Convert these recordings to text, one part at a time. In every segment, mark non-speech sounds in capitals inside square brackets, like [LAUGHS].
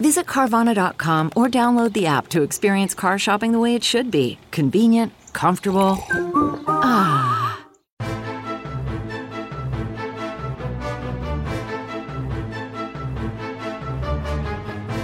Visit Carvana.com or download the app to experience car shopping the way it should be convenient, comfortable.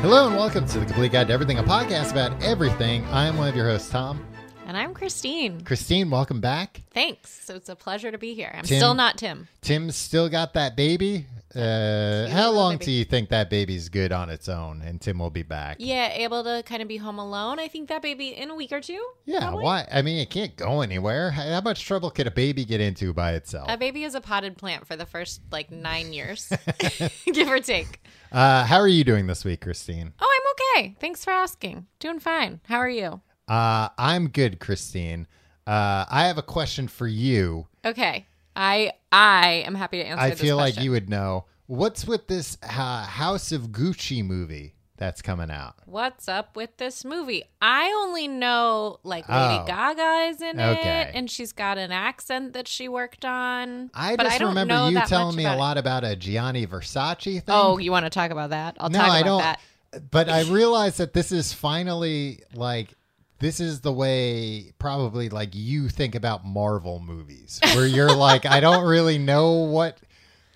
Hello and welcome to the Complete Guide to Everything, a podcast about everything. I am one of your hosts, Tom. And I'm Christine. Christine, welcome back. Thanks. It's a pleasure to be here. I'm Tim. still not Tim. Tim's still got that baby. Uh, how long do you think that baby's good on its own? And Tim will be back. Yeah, able to kind of be home alone. I think that baby in a week or two. Yeah, why? I mean, it can't go anywhere. How how much trouble could a baby get into by itself? A baby is a potted plant for the first like [LAUGHS] nine years, [LAUGHS] give or take. Uh, how are you doing this week, Christine? Oh, I'm okay. Thanks for asking. Doing fine. How are you? Uh, I'm good, Christine. Uh, I have a question for you. Okay. I I am happy to answer. I this feel like question. you would know. What's with this uh, House of Gucci movie that's coming out? What's up with this movie? I only know like Lady Oh. Gaga is in Okay. it, and she's got an accent that she worked on. I but just don't know remember you that telling much me about a it. lot about a Gianni Versace thing. Oh, you want to talk about that? I'll no, talk about I don't. that. But [LAUGHS] I realize that this is finally like this is the way probably like you think about Marvel movies, where [LAUGHS] you're like, I don't really know what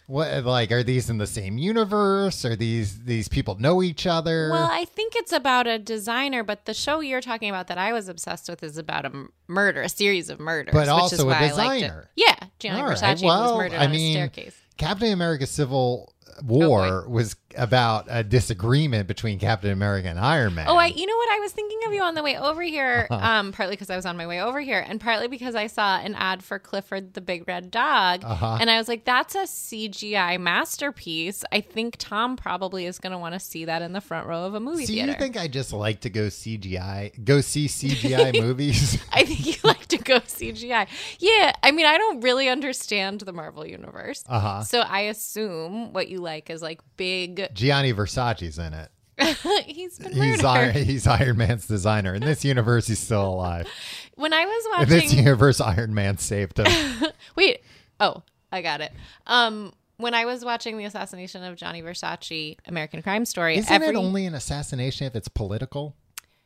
what like are these in the same universe? Are these these people know each other? Well, I think it's about a designer, but the show you're talking about that I was obsessed with is about a m- murder, a series of murders. But which is also a why I liked it. designer. Yeah, Gianni All right, Versace well, was murdered I on mean, a staircase. Oh, Captain America Civil War was about a disagreement between Captain America and Uh-huh. Iron Man. Oh, I, you know what? I was thinking of you on the way over here, um, partly because I was on my way over here, and partly because I saw an ad for Clifford the Big Red Dog, Uh-huh. and I was like, "That's a CGI masterpiece." I think Tom probably is going to want to see that in the front row of a movie So theater. you think I just like to go CGI, go see [LAUGHS] CGI movies? [LAUGHS] I think you [LAUGHS] like to go CGI. Yeah, I mean, I don't really understand the Marvel universe, Uh-huh. so I assume what you like is like big. [LAUGHS] Gianni Versace's in it. he's been He's Iron, murdered. he's Iron Man's designer. In this universe, he's still alive. When I was In [LAUGHS] this watching, universe, Iron Man saved [LAUGHS] him. wait, oh, I got it. Um, when I was watching the assassination of Johnny Versace, American Crime Story, Isn't every it only an assassination if it's political?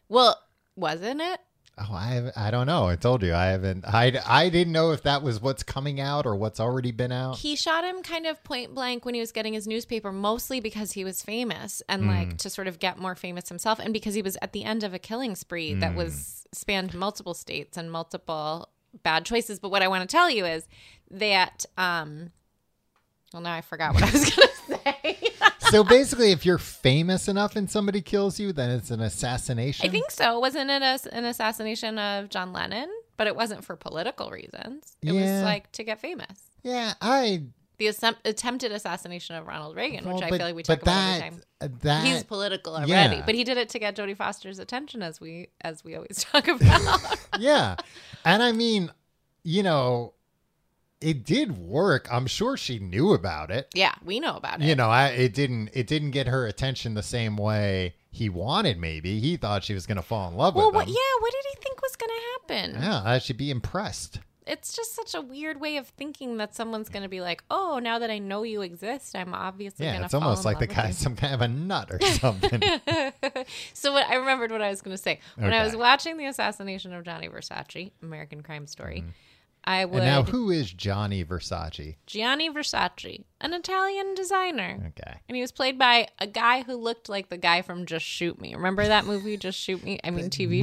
well, wasn't it? Oh, I haven't- I don't know. I told you I haven't. I I didn't know if that was what's coming out or what's already been [LAUGHS] out. He shot him kind of point blank when he was getting his newspaper, mostly because he was famous and Hmm. like to sort of get more famous himself, and because he was at the end of a killing spree Hmm. that was spanned multiple states and multiple bad choices. But what I want to tell you is that, um, well, now I forgot what I was [LAUGHS] going to [LAUGHS] say. so basically, if you're famous enough and somebody kills you, then it's an assassination. I think so. Wasn't it a, an assassination of John Lennon? But it wasn't for political reasons. It Yeah. was like to get famous. Yeah, I. The assem- attempted assassination of Ronald Reagan, well, which I but- feel like we but talk about that, every time. That he's political already, yeah. but he did it to get Jodie Foster's attention, as we as we always [LAUGHS] talk about. yeah. And I mean, you know, it did work. I'm sure she knew about it. yeah, we know about it. You know, I it didn't it didn't get her attention the same way he wanted maybe. He thought she was going to fall in love well, with what, him. yeah, what did he think was going to happen? yeah, I should be impressed. It's just such a weird way of thinking that someone's going to be like, "Oh, now that I know you exist, I'm obviously going yeah, to." it's almost like the guy's [LAUGHS] some kind of a nut [LAUGHS] or something. so what I remembered what I was going to say when I Okay. was watching the assassination of Johnny Versace, American Crime Story. I would Mm-hmm. and now who is Johnny Versace? Gianni Versace, an Italian designer. Okay. And he was played by a guy who looked like the guy from Just Shoot Me. Remember that movie, Just Shoot Me? I mean, movie? TV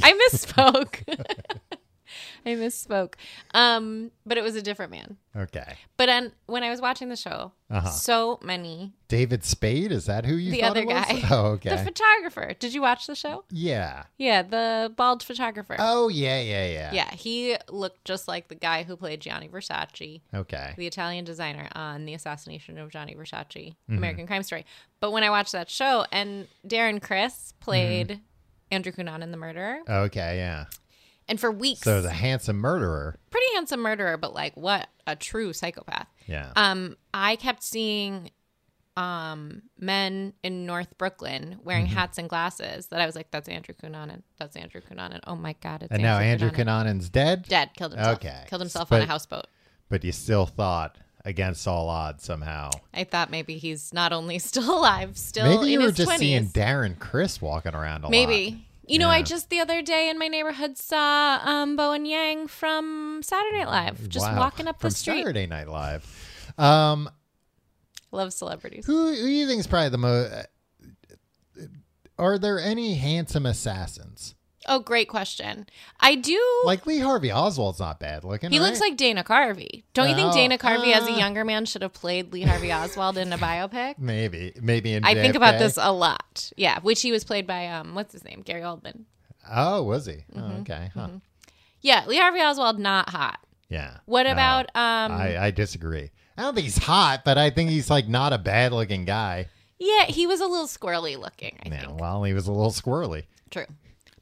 show. [LAUGHS] I misspoke. [LAUGHS] I misspoke. Um, but it was a different man. Okay. But then when I was watching the show, Uh-huh. so many. David Spade, is that who you The thought other it was? guy. Oh, okay. [LAUGHS] The photographer. Did you watch the show? yeah. Yeah, the bald photographer. Oh, yeah, yeah, yeah. Yeah, he looked just like the guy who played Gianni Versace. Okay. the Italian designer on the assassination of Johnny Versace, Mm-hmm. American Crime Story. But when I watched that Mm-hmm. show, and Darren Chris played Andrew Cunanan, the murderer, Okay, yeah. and for weeks. So the handsome murderer. pretty handsome murderer, but like what a true psychopath. Yeah. Um, I kept seeing um men in North Brooklyn wearing Mm-hmm. hats and glasses that I was like, that's Andrew Cunanan. That's Andrew Cunanan. Oh my god, it's and now Andrew Cunanan. Conanan's dead. dead, killed himself. Okay. Killed himself on a But- houseboat. But you still thought against all odds somehow. I thought maybe he's not only [LAUGHS] still alive, still Maybe you in were his just 20s. seeing Darren Chris walking around a lot. Maybe. You know, I Yeah. just the other day in my neighborhood saw um, Bowen Yang from Saturday Night Live just Wow. walking up From the street. Saturday Night Live. Um, Love celebrities. who, who do you think is probably the most? Are there any handsome assassins? Oh, great question. I do. Like Lee Harvey Oswald's not bad looking. he looks right? like Dana Carvey. Don't you think Oh, Dana Carvey, as a uh. younger man, should have played Lee Harvey Oswald in a biopic? maybe maybe in. I think about JFK. this a lot. Yeah, which he was played by um, what's his name, Gary Oldman. Oh, was he? Mm-hmm. Oh, okay. Huh. Yeah, Lee Harvey Oswald not hot. Yeah. What No, about um? I, I disagree. I don't think he's hot, but I think he's like not a bad looking guy. yeah, he was a little squirrely looking. I Now, think well, he was a little squirrely. true,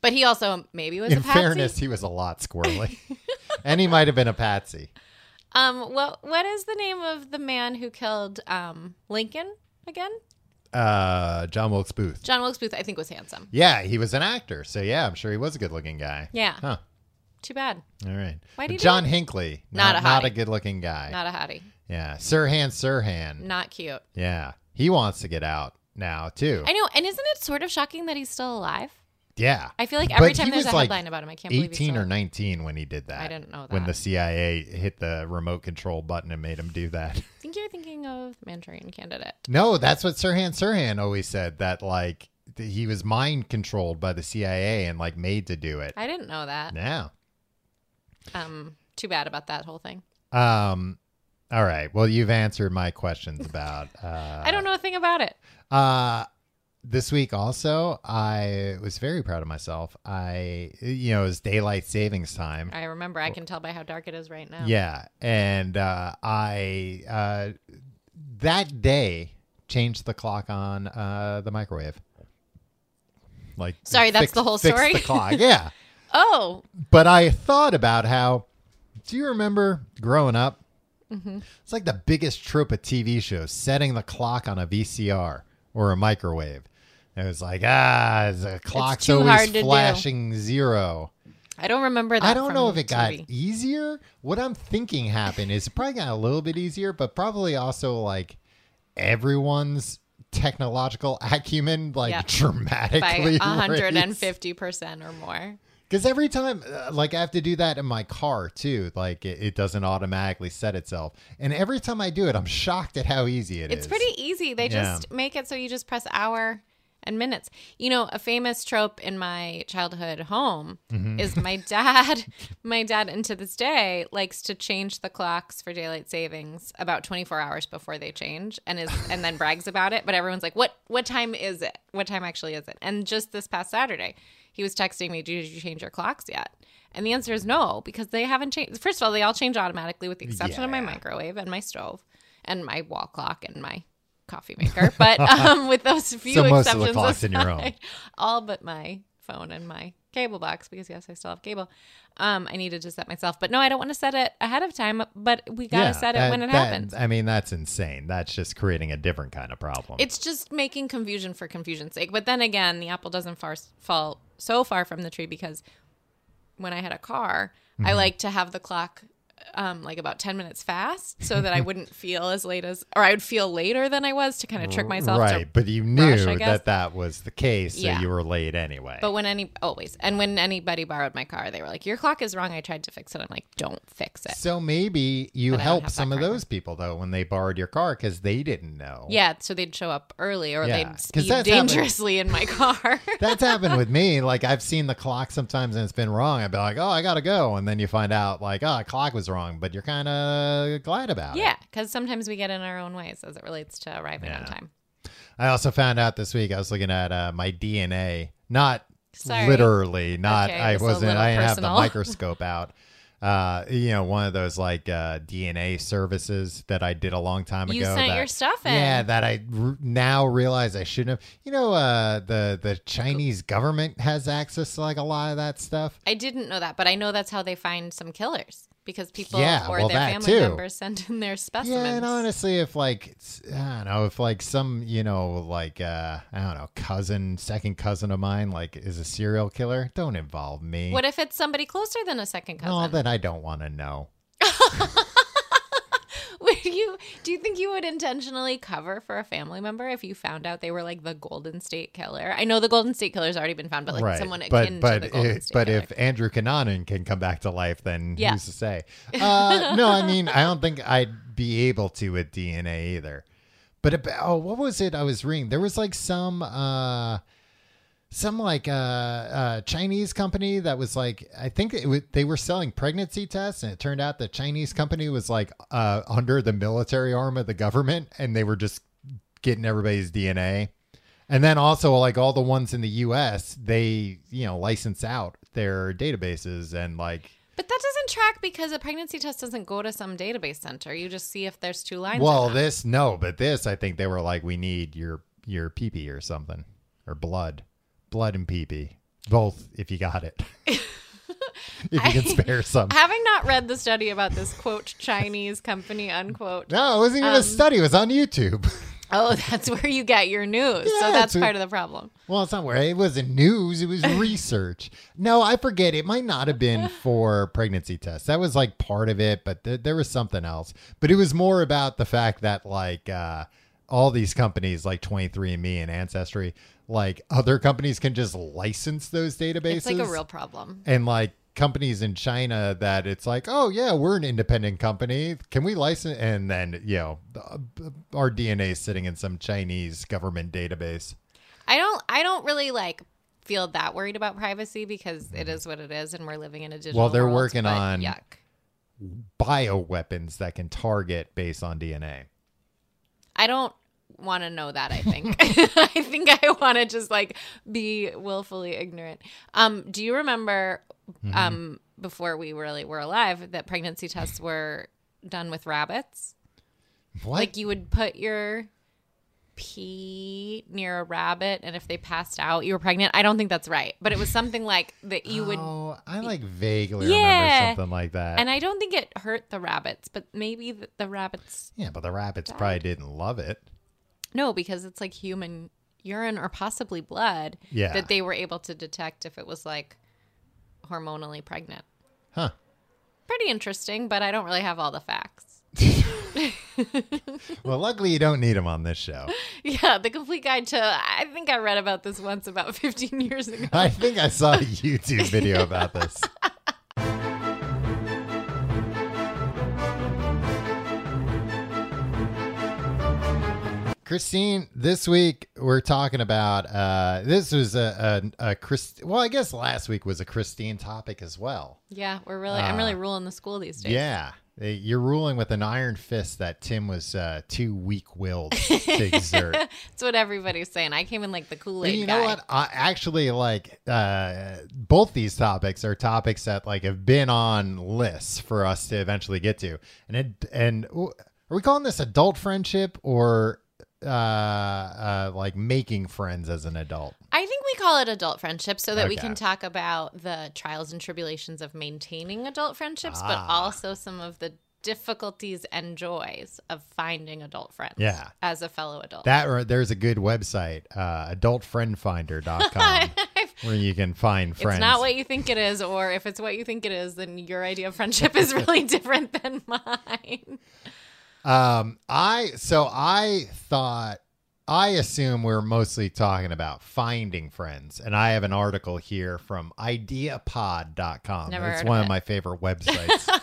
but he also maybe was In a patsy. fairness, he was a lot [LAUGHS] squirrely. and he might have been a patsy. Um, what what is the name of the man who killed um Lincoln again? Uh, John Wilkes Booth. John Wilkes Booth, I think, was handsome. Yeah, he was an actor. So, yeah, I'm sure he was a good looking guy. Yeah. Huh. Too bad, All right. Why'd But he do John Hinckley. Not Not, a not a hottie. good looking guy. not a hottie, yeah. Sirhan Sirhan. not cute. Yeah. He wants to get out now, too. I know, and isn't it sort of shocking that he's still alive? yeah. I feel like But every he time there's was, a like, headline about him, I can't believe he's 18 still or 19 when he did that. I didn't know When that. the CIA hit the remote control button and made him do that. [LAUGHS] I think you're thinking of the Manchurian Candidate. No, that's what Sirhan Sirhan always said that like th- he was mind controlled by the CIA and like made to do it. I didn't know that. Now, Um, too bad about that whole thing. um, all right. Well, you've answered my questions [LAUGHS] about. Uh, I don't know a thing about it. Uh, this week also, I was very proud of myself. I, you know, it was daylight savings time. I remember. I can tell by how dark it is right now. Yeah, and uh, I uh, that day changed the clock on uh, the microwave. Like, Sorry, that's fixed- the whole fixed story? The [LAUGHS] clock, yeah. Oh, But I thought about how. Do you remember growing up? Mm-hmm. It's like the biggest trope of TV shows: setting the clock on a VCR or a microwave. It was like, ah, the clock's too hard always to do. flashing zero. I don't remember that. I don't from know if it got TV. easier. What I'm thinking happened is it probably got a little bit easier, but probably also like everyone's technological [LAUGHS] acumen like Yeah. [LAUGHS] dramatically by 150 percent or more. because every time uh, like i have to do that in my car too like it, it doesn't automatically set itself and every time i do it i'm shocked at how easy it It's is. pretty easy. They Yeah. just make it so you just press hour and minutes. You know, a famous trope in my childhood home Mm-hmm. [LAUGHS] is my dad, my dad, and to this day likes to change the clocks for daylight savings about 24 hours before they change, and is and then brags about it. But everyone's like, "What? What time is it? What time actually is it?" And just this past Saturday, he was texting me, "Did you change your clocks yet?" And the answer is no, because they haven't changed. First of all, they all change automatically, with the exception of my Yeah. microwave and my stove and my wall clock and my coffee maker. [LAUGHS] But um, with those few So most of exceptions, the clocks in your aside, own. [LAUGHS] all but my phone and my cable box because yes, I still have cable. Um, I needed to set myself, but no, I don't want to set it ahead of time. But we gotta Yeah, set it that- when it that- happens. i mean that's insane that's just creating a different kind of problem It's just making confusion for confusion's sake. But then again, the apple doesn't far, fall so far from the tree because when I had a car, I Mm-hmm. like to have the clock um, like about 10 minutes fast so [LAUGHS] that I wouldn't feel as late as, or I would feel later than I was to kind of trick myself. right To, but you rush, I knew guess. that that was the case so Yeah. you were late anyway but when any, always, and when anybody borrowed my car, they were like, your clock is wrong. I tried to fix it. I'm like, don't fix it. So maybe you But I don't help have that some of car. those people though when they borrowed your car because they didn't know. Yeah. [LAUGHS] So they'd show up early or Yeah, they'd 'cause speed that's happened- dangerously in my [LAUGHS] car. That's happened with me. Like I've seen the clock sometimes and it's been wrong. I'd be like, "Oh, I gotta go," and then you find out like, "Oh, the clock was wrong," but you're kind of glad about it. yeah. Cause sometimes we get in our own ways as it relates to arriving on Yeah. time. I also found out this week I was looking at uh, my DNA, not Sorry. literally, not Okay, I it's a wasn't. little I didn't have the personal. [LAUGHS] microscope out. uh, you know, one of those like uh, DNA services that I did a long time You ago. sent that- your stuff in. Yeah, that I r- now realize I shouldn't have. You know, uh, the the Chinese government has access to like a lot of that stuff. I didn't know that, but I know that's how they find some killers because people Yeah, or well, their that family too. members send in their specimens. Yeah, and honestly, if like it's- I don't know, if like some you know, like uh, I don't know, cousin, second cousin of mine, like is a serial killer, don't involve me. what if it's somebody closer than a second no, cousin? then I don't want to know. [LAUGHS] Would you do you think you would intentionally cover for a family member if you found out they were like the Golden State Killer? I know the Golden State Killer's already been found, but like right, someone but akin but to the Golden if, State but Killer. if Andrew Cunanan can come back to life, then Yeah. who's to say? Uh, no, I mean, I don't think I'd be able to with DNA either. But about, oh, what was it I was reading? There was like some. Uh, some like uh, uh, Chinese company that was like I think it wa- they were selling pregnancy tests, and it turned out the Chinese company was like uh, under the military arm of the government, and they were just getting everybody's DNA. And then also like all the ones in the U.S., they you know license out their databases and like But that doesn't track because a pregnancy test doesn't go to some database center. You just see if there's two lines. or well not. this no, but this I think they were like we need your your pee pee or something or blood, blood and pee pee both if you got it. [LAUGHS] If you can spare some. having not read the study about this quote Chinese company unquote. No, it wasn't even a study. It was on YouTube. Oh, [LAUGHS] that's where you get your news. so Yeah, that's it's- part of the problem. well, it's not where it wasn't news. [LAUGHS] It was research. No, I forget. It might not have been for pregnancy tests. That was like part of it, but th- there was something else. But it was more about the fact that like uh, all these companies, like 23andMe and Ancestry, like other companies can just license those databases. It's like a real problem. and like companies in China that it's like, oh yeah, we're an independent company. Can we license? And then you know, the- uh, our DNA is sitting in some Chinese government database. I don't I don't really like feel that worried about privacy because it is what it is and we're living in a digital Well, they're world, working but on- yuck. Bioweapons that can target based on DNA. I don't want to know that, I [LAUGHS] think. [LAUGHS] I think I want to just like be willfully ignorant. Um do you remember Mm-hmm. um before we really were alive that pregnancy tests were done with rabbits? What? Like you would put your pee near a rabbit, and if they passed out, you were pregnant. I don't think that's right, but it was something like that you would. oh, I like vaguely Yeah. remember something like that. And I don't think it hurt the rabbits, but maybe the, the rabbits yeah, but the rabbits probably didn't love it. no, because it's like human urine or possibly blood Yeah. that they were able to detect if it was like hormonally pregnant. Huh. Pretty interesting, but I don't really have all the facts. [LAUGHS] Well, luckily you don't need them on this show. Yeah, the complete guide to I think I read about this once about [LAUGHS] 15 years ago. [LAUGHS] I think I saw a YouTube video about this. Christine, this week we're talking about uh, this was a, a, a Christ. Well, I guess last week was a Christine topic as well. Yeah, we're really I'm really ruling the school these days. Uh, Yeah, Uh, you're ruling with an iron fist that Tim was uh, too weak-willed to exert. That's what everybody's saying. I came in like the Kool And Aid you guy. know what I actually like uh both these topics are topics that like have been on lists for us to eventually get to and it and w- are we calling this adult friendship or uh uh like making friends as an adult I think we call it adult friendships so that we Okay. can talk about the trials and tribulations of maintaining adult friendships, but Ah. also some of the difficulties and joys of finding adult friends. Yeah. As a fellow adult. that or there's a good website uh [LAUGHS] adultfriendfinder.com where you can find friends It's not what you think it is, or if it's what you think it is, then your idea of [LAUGHS] friendship is really different than mine. [LAUGHS] Um, I so I thought I assume we're mostly talking about finding friends, and I have an article here from ideapod.com. Never it's heard of one of, it. my favorite [LAUGHS] websites.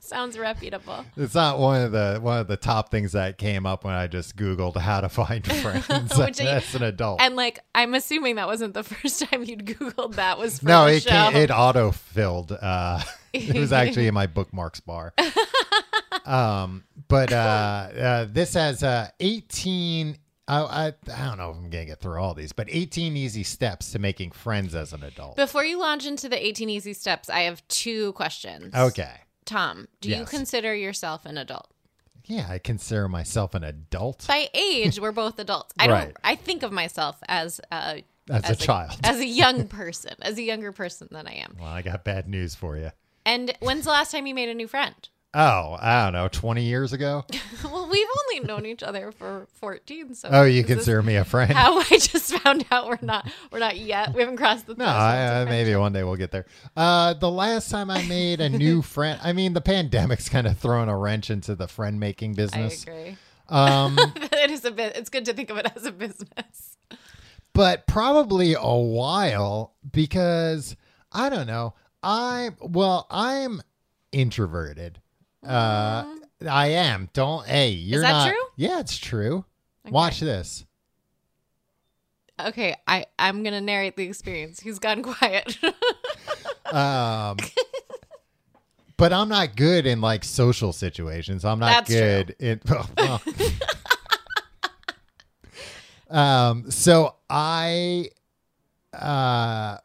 Sounds reputable. it's not one of the one of the top things that came up when I just googled how to [LAUGHS] find friends Which I- [LAUGHS] as an adult. And like, I'm assuming that wasn't the [LAUGHS] first time you'd Googled that was for no, the it show. can, it auto filled. Uh, [LAUGHS] it [LAUGHS] was actually in my bookmarks bar. um, but uh, uh, this has uh, 18 I, I I don't know if I'm gonna get through all these, but 18 easy steps to making friends as an adult. Before you launch into the 18 easy steps, I have two questions. okay. Tom, do you Yes. consider yourself an adult? Yeah, I consider myself an adult. By age, we're both adults. I Right. don't. I think of myself as a As a child. as a young person, as a younger person than I am. Well, I got bad news for you. And when's the last time you made a new friend? [LAUGHS] Oh, I don't know, 20 years ago. well, we've only known each other for 14. So Oh, you is this consider me a friend? how [LAUGHS] I just found out we're not we're not yet. We haven't crossed the No, threshold to I, uh, friendship. maybe one day we'll get there. Uh, the last time I made a [LAUGHS] new friend, I mean, the pandemic's kind of thrown a wrench into the friend making I business. agree. Um, [LAUGHS] it is a bit. It's good to think of it as a business. but probably a while because I don't know. I well, I'm introverted. Uh, I am. Don't. Hey, you're that not. true? Yeah, it's true. Watch this. Okay, I I'm gonna narrate the experience. He's gone [LAUGHS] quiet. Um, but I'm not good in like social situations. I'm not That's good in. [LAUGHS] um. So I, uh,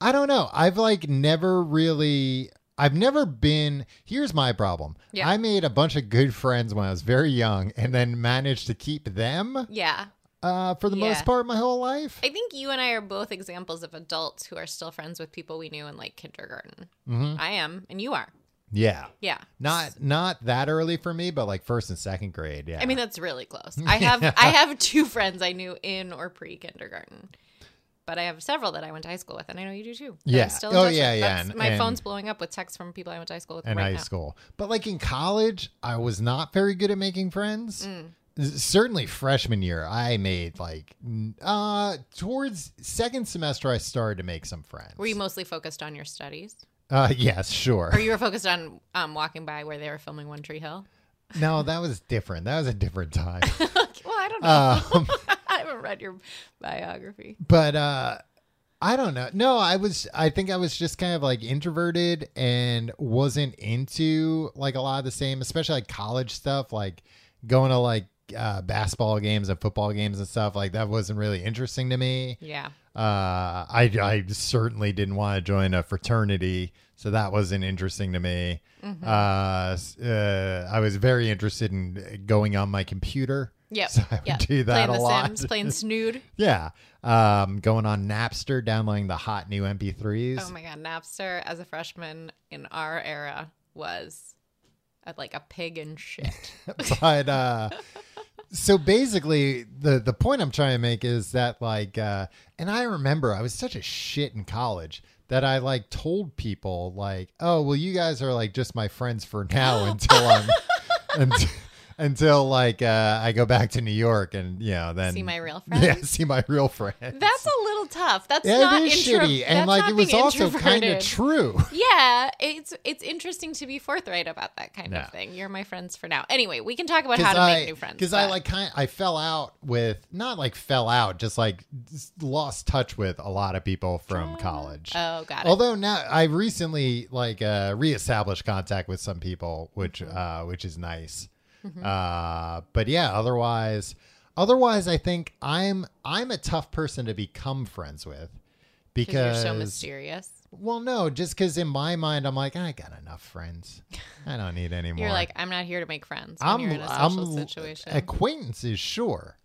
I don't know. I've like never really. I've never been. Here's my problem. Yeah. I made a bunch of good friends when I was very young, and then managed to keep them yeah, uh, for the Yeah. most part my whole life. I think you and I are both examples of adults who are still friends with people we knew in like kindergarten. I am, and you are. yeah. Yeah. Mm-hmm. Not not that early for me, but like first and second grade. Yeah. I mean that's really close. [LAUGHS] I have I have two friends I knew in or pre kindergarten, but I have several that I went to high school with, and I know you do too. that I'm Yeah. still in Oh, touch with. yeah, yeah, That's- and- my and- phone's blowing up with texts from people I went to high school with and right high now. school. But like in college, I was not very good at making friends. Mm. S- Certainly freshman year, I made like n- uh towards second semester I started to make some friends. Were you mostly focused on your studies, uh yes, sure. or you were focused on um, walking by where they were filming One Tree Hill? [LAUGHS] no, that was different. That was a different time. Well, I don't know. um [LAUGHS] I haven't read your biography. but uh I don't know. No, I was I think I was just kind of like introverted and wasn't into like a lot of the same, especially like college stuff, like going to like uh basketball games and football games and stuff like that wasn't really interesting to me. Yeah. Uh I I certainly didn't want to join a fraternity, so that wasn't interesting to me. Mm-hmm. Uh, s- uh I was very interested in going on my computer. [LAUGHS] Yep. So I would yep. do that playing a The lot. Sims, playing [LAUGHS] Snood. Yeah. Um, going on Napster, downloading the hot new MP3s. Oh my god, Napster as a freshman in our era was uh, like a pig [LAUGHS] in shit. [LAUGHS] but uh, so basically, the the point I'm trying to make is that like, uh, and I remember I was such a shit in college that I like told people like, oh well, you guys are like just my friends for [LAUGHS] now until I'm until, until like uh, I go back to New York and you know then See my real [LAUGHS] Yeah, friends? see my real friends. That's a little tough. That's yeah, not it is intro- shitty, that's and like not it was being also kind of introverted. true. Yeah, it's it's interesting to be forthright about that kind Yeah. of thing. You're my friends for now. Anyway, we can talk about how Because to I, make new friends. Because I but- like kind I fell out with not like fell out, just like s- lost touch with a lot of people from college. Oh, got it. Although now I recently like uh, reestablished contact with some people, which Mm-hmm. uh, which is nice. Uh, but yeah, otherwise, otherwise I think I'm I'm a tough person to become friends with because because you're so mysterious. well, no, just because in my mind I'm like I got enough friends, I don't need any more. [LAUGHS] You're like, I'm not here to make friends when I'm, you're in a I'm social situation. Mm-hmm. acquaintances, sure,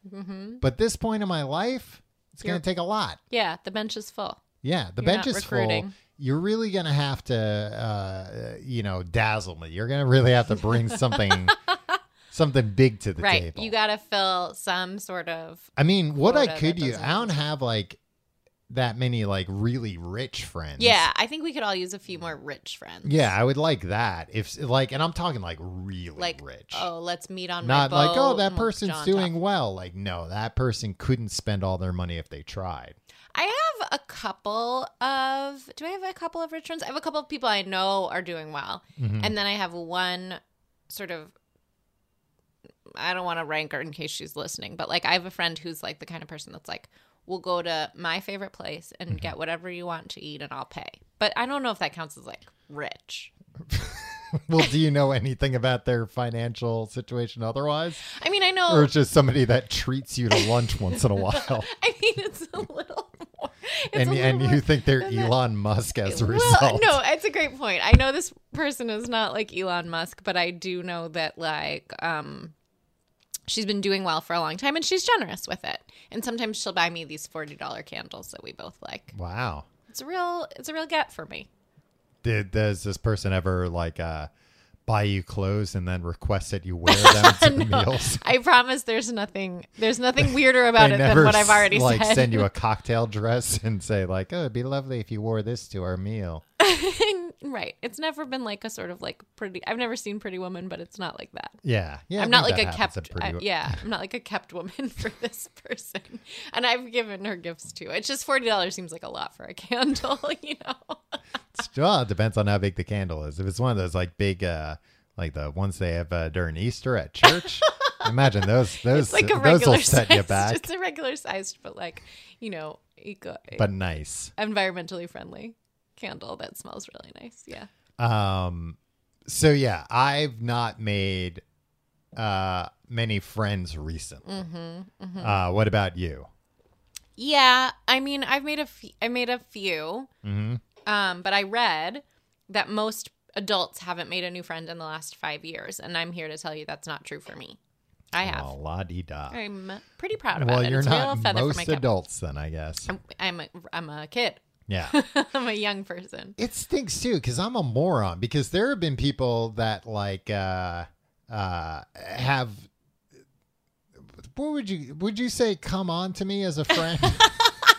but this point in my life, it's going to take a lot. yeah, the bench is full. Yeah, the You're bench not is full. recruiting. You're really going to have to, uh, you know, dazzle me. You're going to really have to [LAUGHS] bring something, something big to the Right. table. You gotta fill some sort of I mean, what I quota could that use, doesn't I don't have like that many like really rich friends. Yeah, I think we could all use a few more rich friends. Yeah, I would like that. If like, and I'm talking like really like rich. Oh, let's meet on Not my boat. like, oh, and that we'll person's jaunt doing off." well. Like, no, that person couldn't spend all their money if they tried. I have a couple of. Do I have a couple of rich friends? I have a couple of people I know are doing well, Hmm. Mm-hmm. and then I have one sort of. I don't want to rank her in case she's listening, but like I have a friend who's like the kind of person that's like, "We'll go to my favorite place Mm-hmm. and get whatever you want to eat, and I'll pay." But I don't know if that counts as like rich. [LAUGHS] well, do you know anything about their financial situation otherwise? I mean, I know. Or it's just somebody that treats you to lunch once in a while [LAUGHS] I mean, it's a little more. It's and, a little and more- you think they're than that. Elon Musk as a Well, result. no, it's a great point. I know this person is not like Elon Musk, but I do know that like um she's been doing well for a long time and she's generous with it. And sometimes she'll buy me these $40 candles that we both like. Wow. It's a real it's a real get for me. Did does this person ever like uh buy you clothes and then request that you wear them to [LAUGHS] the meals? I promise there's nothing [LAUGHS] there's nothing weirder about They it than what s- I've already like said. send you a cocktail dress and say like, "Oh, it'd be lovely if you wore this to our meal." [LAUGHS] right. It's never been like a sort of like pretty I've never seen Pretty Woman, but it's not like that. Yeah, yeah. I I'm not think like a that happens kept, in pretty I- wo- [LAUGHS] yeah. I'm not like a kept woman [LAUGHS] for this person, and I've given her gifts too. It's just forty dollars seems like a lot for a candle, [LAUGHS] you know. It's- well, it depends on how big the candle is. If it's one of those like big, uh like the ones they have uh, during Easter at [LAUGHS] church, imagine those. Those It's like a those will regular set size, [LAUGHS] you back, It's a regular sized, but like you know, eco, but nice. environmentally friendly candle that smells really nice. Yeah, Um, so yeah, I've not made uh many friends recently. Mm-hmm, Uh, what about you? yeah. I mean, I've made a f- I made a few, Mm-hmm. um, but I read that most adults haven't made a new friend in the last five years, and I'm here to tell you that's not true for me. I have. Oh, la di da. I'm pretty proud about Well, it. you're it's a real not feather for my most cap. adults then, I guess. I'm, I'm a, I'm a kid. [LAUGHS] Yeah. I'm a young person. it stinks too because i'm a moron because there have been people that like uh uh have what would you would you say come on to me as a friend [LAUGHS]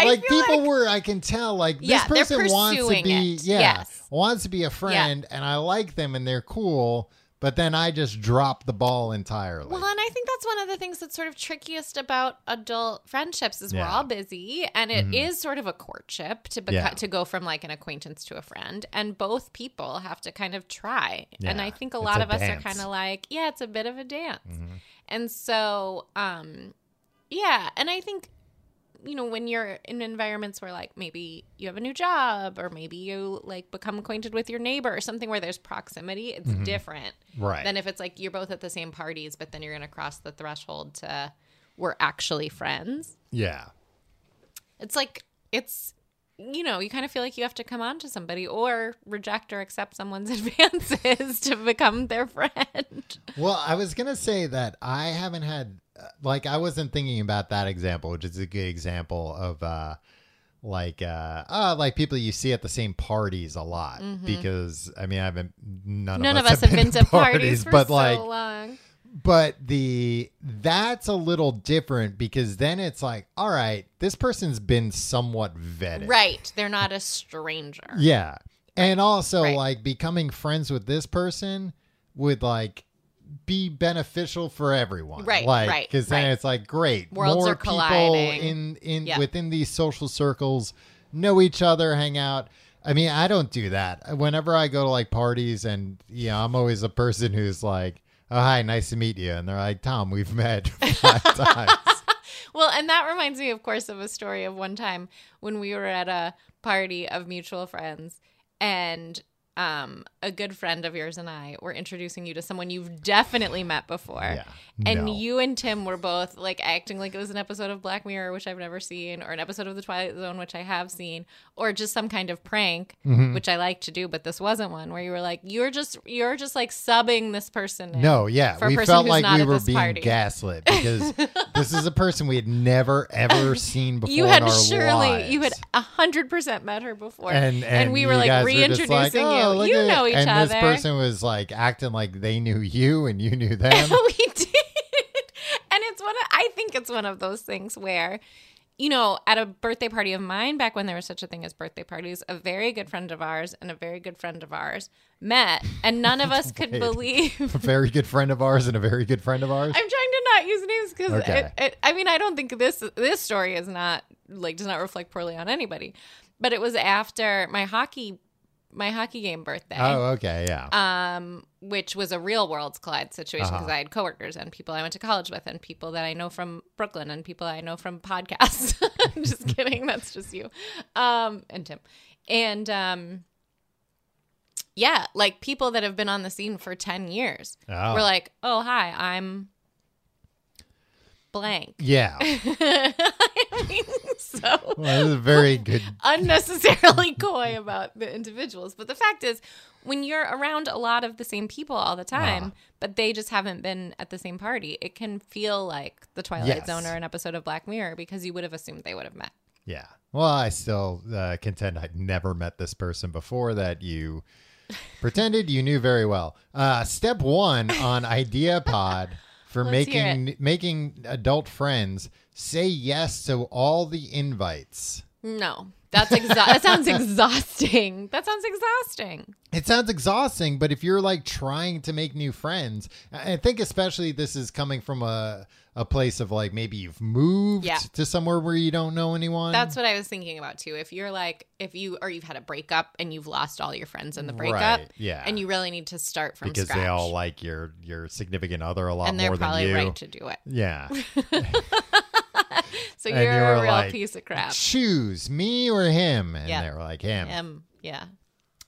I like feel people were i can tell like this Yeah, they're person wants to pursuing be it. yeah Yes. wants to be a friend and i like them and they're cool but then i just drop the ball entirely Well, and I think that's one of the things that's sort of trickiest about adult friendships is we're Yeah. Mm-hmm. all busy, and it is sort of a courtship to beco- Yeah. to go from like an acquaintance to a friend, and both people have to kind of try. And Yeah, I think a it's lot a of us dance. Mm-hmm. are kind of like, yeah, it's a bit of a dance, and so, um, yeah, and I think you know when you're in environments where like maybe you have a new job or maybe you like become acquainted with your neighbor or something where there's proximity it's different Right. than if it's like you're both at the same parties but then you're going to cross the threshold to we're actually friends yeah it's like it's you know you kind of feel like you have to come on to somebody or reject or accept someone's [LAUGHS] advances to become their friend Well, I was gonna say that I haven't had uh, like I wasn't thinking about that example, which is a good example of uh like uh, uh like people you see at the same parties a lot because I mean I haven't none, Mm-hmm. none of of us, us have been [LAUGHS] to parties for but so like long but the that's a little different because then it's like all right this person's been somewhat vetted right they're not a stranger yeah. And also Right. like becoming friends with this person would like be beneficial for everyone. Right, Like right, cuz then right. it's like great Worlds more are colliding. people in in Yeah. within these social circles know each other, hang out. I mean, I don't do that. Whenever I go to like parties and you know, I'm always a person who's like, "Oh, hi, nice to meet you." And they're like, "Tom, we've met [LAUGHS] five times." Well, and that reminds me, of course, of a story of one time when we were at a party of mutual friends, and um, a good friend of yours and I were introducing you to someone you've definitely met before. Yeah. And No. you and Tim were both like acting like it was an episode of Black Mirror, which I've never seen, or an episode of The Twilight Zone, which I have seen, or just some kind of prank, Mm-hmm. which I like to do, but this wasn't one where you were like, you're just, you're just like subbing this person. In. No, yeah, for a we person felt who's like not we at were this being party. gaslit [LAUGHS] because this is a person we had never ever seen before. you had in our surely lives. you had a hundred percent met her before, and and, we you were like guys were just reintroducing like, "Oh, you. look You at-" know each and other. this [LAUGHS] person was like acting like they knew you and you knew [LAUGHS] them. we did, and it's one. Of, I think it's one of those things where. You know, at a birthday party of mine back when there was such a thing as birthday parties, a very good friend of ours and a very good friend of ours met, and [LAUGHS] none of us could Wait. believe. a very good friend of ours and a very good friend of ours. I'm trying to not use names because Okay. it, it, I mean I don't think this this story is not like does not reflect poorly on anybody, but it was after my hockey my hockey game birthday oh, okay, yeah, um, which was a real worlds collide situation because Uh-huh. I had coworkers and people I went to college with and people that I know from Brooklyn and people I know from podcasts. [LAUGHS] I'm just kidding. That's just you um, and Tim. And um, Yeah, like people that have been on the scene for 10 years. Oh. We're like, "Oh, hi, I'm blank." [LAUGHS] Yeah. I mean, [LAUGHS] so Well, this is a very good. unnecessarily [LAUGHS] coy about the individuals, but the fact is when you're around a lot of the same people all the time, but they just haven't been at the same party, it can feel like the Twilight Yes. Zone or an episode of Black Mirror because you would have assumed they would have met. Yeah. Well, I still uh, contend I'd never met this person before that [LAUGHS] you pretended you knew very well. Uh, step one [LAUGHS] on Idea Pod for Let's hear making making adult friends say yes to all the invites. No. That's exa- that sounds [LAUGHS] exhausting. That sounds exhausting. It sounds exhausting, but if you're like trying to make new friends, I I think especially this is coming from a a place of like maybe you've moved Yeah. to somewhere where you don't know anyone. That's what I was thinking about too. If you're like, if you or you've had a breakup and you've lost all your friends in the breakup, Right, yeah. and you really need to start from because scratch, they all like your your significant other a lot and they're more than probably you. right to do it. [LAUGHS] Yeah. So And you're, you were a real like, piece of crap. Choose me or him. And Yeah. they were like him. Um, yeah,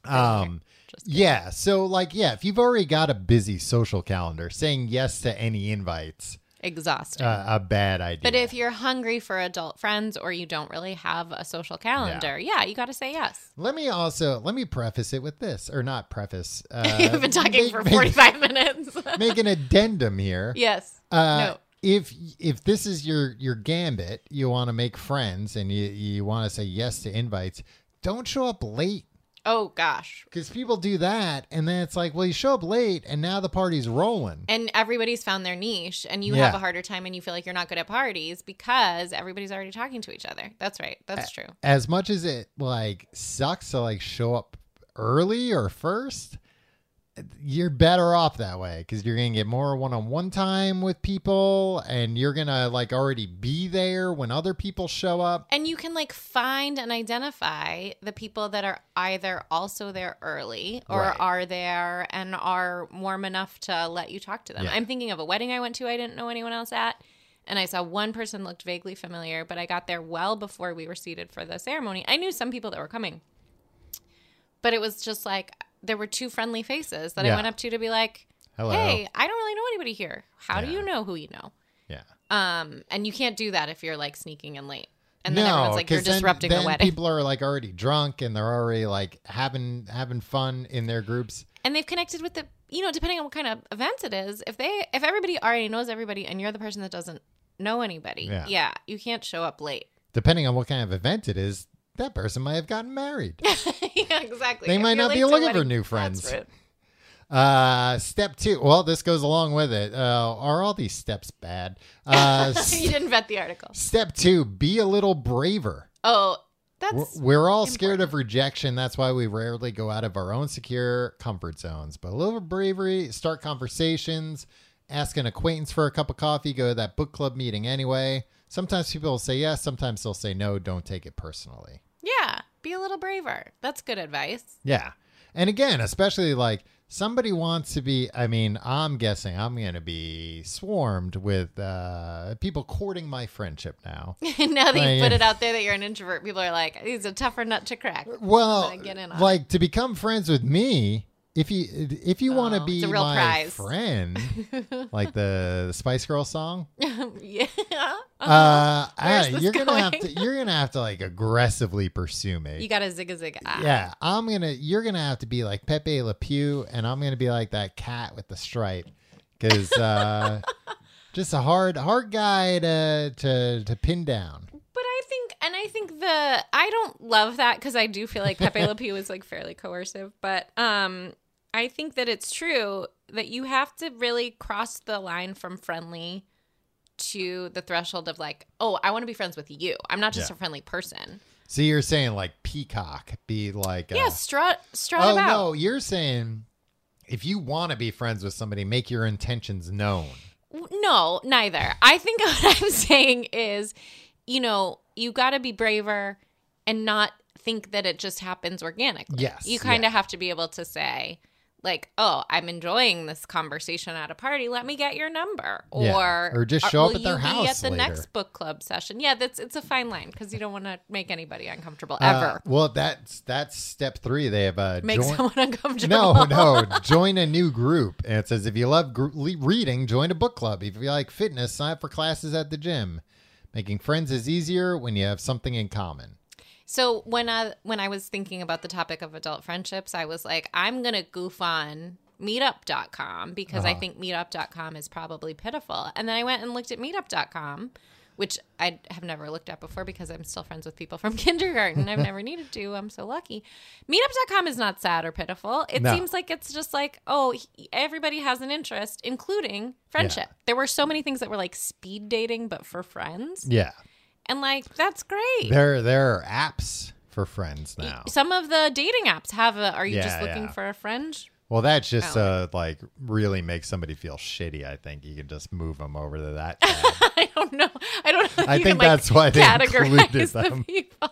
Um Just yeah. So like yeah, if you've already got a busy social calendar, saying yes to any invites, exhausting. uh, a bad idea. Mm-hmm. but if you're hungry for adult friends or you don't really have a social calendar, yeah, you got to say yes. let me also let me preface it with this, or not [LAUGHS] preface. Uh, You've been talking make- for make- 45 [LAUGHS] minutes. Make an addendum [LAUGHS] here. yes. Uh, no. If if this is your your gambit, you want to make friends and you you want to say yes to invites. Don't show up late Oh gosh. because people do that, and then it's like, well, you show up late, and now the party's rolling. and everybody's found their niche and you have Yeah. a harder time and you feel like you're not good at parties because everybody's already talking to each other that's right that's true As much as it like sucks to like show up early or first, you're better off that way because you're gonna get more one-on-one time with people, and you're gonna like already be there when other people show up. and you can like find and identify the people that are either also there early or Right. are there and are warm enough to let you talk to them. Yeah. I'm thinking of a wedding I went to I didn't know anyone else at and I saw one person looked vaguely familiar, but I got there well before we were seated for the ceremony. I knew some people that were coming. But it was just like there were two friendly faces that I Yeah. went up to to be like, Hello. "Hey, I don't really know anybody here. How do Yeah. you know who you know?" Yeah. Um, and you can't do that if you're like sneaking in late. And then no, everyone's like, you're 'cause then- disrupting then the wedding. People are like already drunk and they're already like having having fun in their groups. and they've connected with the, you know, depending on what kind of events it is, if they, if everybody already knows everybody and you're the person that doesn't know anybody, Yeah. yeah, you can't show up late. [LAUGHS] Depending on what kind of event it is, that person might have gotten married. yeah, exactly. They If might you're not late be to a looking for wedding, new that's friends. rude. [LAUGHS] uh, step two. Well, this goes along with it. Uh, are all these steps [LAUGHS] bad? Uh, you s- didn't vet the article. step two: be a little braver. Oh, that's We're, we're all scared of rejection. That's why we rarely go out of our own secure comfort zones. But a little bravery, start conversations, ask an acquaintance for a cup of coffee, go to that book club meeting anyway. Sometimes people will say yes, sometimes they'll say no. Don't take it personally. yeah. Be a little braver. That's good advice. [LAUGHS] Yeah. And again, especially like somebody wants to be, I mean, I'm guessing I'm going to be swarmed with uh, people courting my friendship [LAUGHS] now. now that you Like- put it out there that you're an introvert, people are like, he's a tougher nut to crack. [LAUGHS] Well, I'm gonna get in on it. like to become friends with me, if you if you want Oh, to it's be a real my prize. friend, [LAUGHS] like the, the Spice Girl song, yeah. uh, Uh-huh. Where's I- this you're gonna have going? to you're gonna have to like aggressively pursue me. You got to zig a zig. Ah. yeah, I'm gonna you're gonna have to be like Pepe Le Pew, and I'm gonna be like that cat with the stripe, because [LAUGHS] uh, just a hard hard guy to to to pin down. But I think, and I think the, I don't love that because I do feel like Pepe Le Pew is like fairly coercive, but um, I think that it's true that you have to really cross the line from friendly to the threshold of like, oh, I want to be friends with you. I'm not just Yeah. a friendly person. So you're saying like peacock, be like uh, Yeah, strut, strut Oh about. no, you're saying if you want to be friends with somebody, make your intentions known. No, neither. I think [LAUGHS] what I'm saying is, you know, you got to be braver and not think that it just happens organically. Yes, You kind yeah. of have to be able to say, like, oh, I'm enjoying this conversation at a party. Let me get your number, or Yeah. Or just show up will at their you be at house the next later? book club session. Yeah, that's it's a fine line because you don't want to make anybody uncomfortable Uh, ever. well, that's that's step three. They have a make join- someone [LAUGHS] uncomfortable. no, no. Join a new group. And it says if you love gr- le- reading, join a book club. If you like fitness, sign up for classes at the gym. Making friends is easier when you have something in common. So when I when I was thinking about the topic of adult friendships, I was like, I'm gonna goof on meetup.com because Uh-huh. I think meetup.com is probably pitiful. And then I went and looked at meetup.com, which I have never looked at before because I'm still friends with people from [LAUGHS] kindergarten. I've never needed to. I'm so lucky. Meetup.com is not sad or pitiful. It No. seems like it's just like, oh, he- everybody has an interest, including friendship. There were so many things that were like speed dating but for friends. Yeah, And like that's great. there there are apps for friends now. Some of the dating apps have a are you just Yeah, looking yeah. for a friend? [LAUGHS] Well, that's just uh, like really makes somebody feel shitty. I think you can just move them over to that. tab. I don't know. I don't know. if I you think can, like, that's why they included categorize them. The [LAUGHS] people.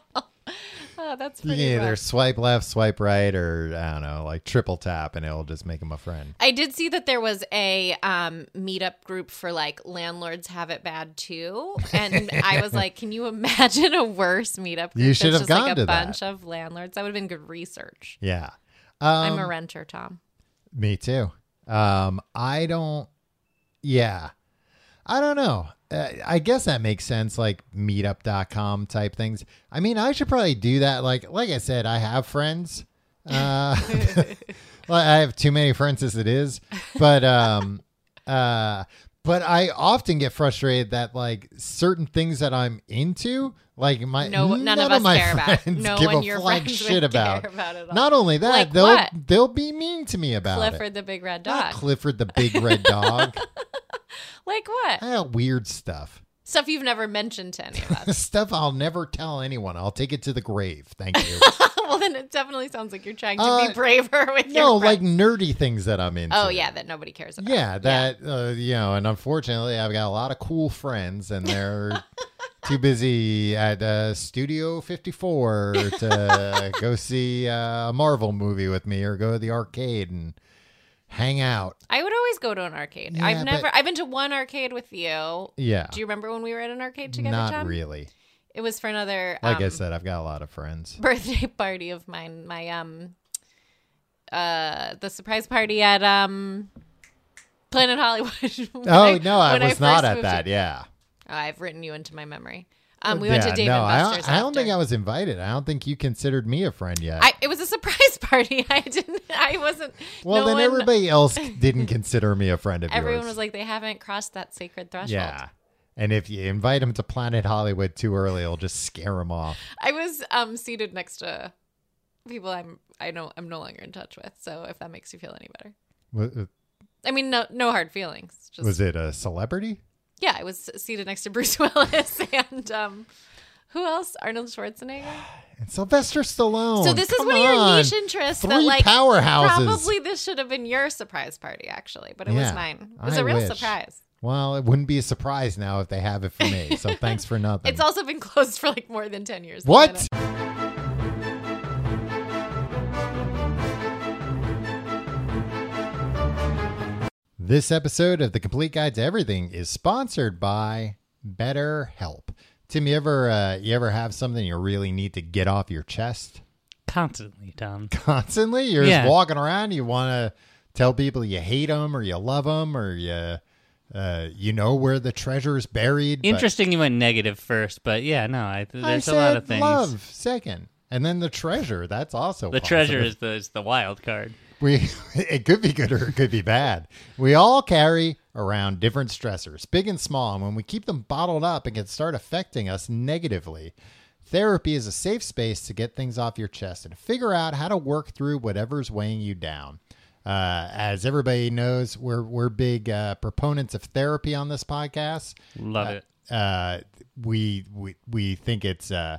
Oh, that's you pretty can either rough. swipe left, swipe right, or I don't know, like triple tap, and it'll just make them a friend. I did see that there was a um, meetup group for like landlords have it bad too, and I [LAUGHS] was like, can you imagine a worse meetup? Group You should have that's just, like, gone a to that. bunch of landlords. That would have been good research. Yeah, Um, I'm a renter, Tom. me too. Um, I don't. Yeah, I don't know. Uh, I guess that makes sense, like meetup.com type things. I mean, I should probably do that. Like, like I said, I have friends. Uh, [LAUGHS] like I have too many friends as it is, but um, uh, but I often get frustrated that like certain things that I'm into, like my No- none of us my care about. friends No give one a you're flying friends with shit about. [LAUGHS] care about at all. Not only that, Like they'll what? they'll be mean to me about it. Clifford the big red Not dog. Clifford the big red dog. [LAUGHS] like what? I got weird stuff. [LAUGHS] Stuff you've never mentioned to any of us. Stuff I'll never tell anyone. I'll take it to the grave. Thank [LAUGHS] you. well, then it definitely sounds like you're trying to Uh, be braver [LAUGHS] with your no, like friends. nerdy things that I'm into. oh yeah, that nobody cares about. Yeah, that Uh, you know, and unfortunately, I've got a lot of cool friends, and [LAUGHS] they're too busy at uh, Studio 54 [LAUGHS] to go see uh, a Marvel movie with me, or go to the arcade and hang out. I would always go to an arcade. Yeah, I've but- never. I've been to one arcade with you. Yeah, Do you remember when we were at an arcade together, not Tom? really. It was for another Like I um, said, I've got a lot of friends. [LAUGHS] birthday party of mine. My um, uh, the surprise party at um, Planet Hollywood. [LAUGHS] When Oh no, I when was not first at moved that. to- Yeah. Oh, I've written you into my memory. Um, we went to Yeah, Dave no, and I Buster's. don't, I don't after. think I was invited. I don't think you considered me a friend yet. I, it was a surprise [LAUGHS] party. I didn't. I wasn't. well, no then one- everybody [LAUGHS] else didn't consider me a friend of Everyone yours. was like, they haven't crossed that sacred threshold. Yeah. And if you invite him to Planet Hollywood too early, it'll just scare him off. I was um seated next to people I'm I know I'm no longer in touch with. So if that makes you feel any better, Was, I mean, no no hard feelings. Just was it a celebrity? yeah, I was seated next to Bruce [LAUGHS] Willis and um. Who else? Arnold Schwarzenegger. And Sylvester Stallone. So this is Oh, Come one of your niche on. interests Three that, like, powerhouses. probably this should have been your surprise party, actually, but it was Yeah, mine. It was I a real wish. surprise. Well, it wouldn't be a surprise now if they have it for me. [LAUGHS] So thanks for nothing. It's also been closed for like more than ten years. now, what? This episode of The Complete Guide to Everything is sponsored by BetterHelp. Tim, you ever uh, you ever have something you really need to get off your chest [LAUGHS] Constantly, Tom. constantly? You're Yeah. just walking around. You want to tell people you hate them or you love them or you uh, you know where the treasure is buried. but- Interesting you went negative first, but yeah, no, I, I there's said a lot of things. love second, and then the treasure. That's also The positive. treasure is the, is the wild card. [LAUGHS] We it could be good or it could be bad. We all carry around different stressors, big and small, and when we keep them bottled up, it can start affecting us negatively. Therapy is a safe space to get things off your chest and figure out how to work through whatever's weighing you down. Uh, as everybody knows, we're we're big uh, proponents of therapy on this podcast. Love it. Uh, we we we think it's uh,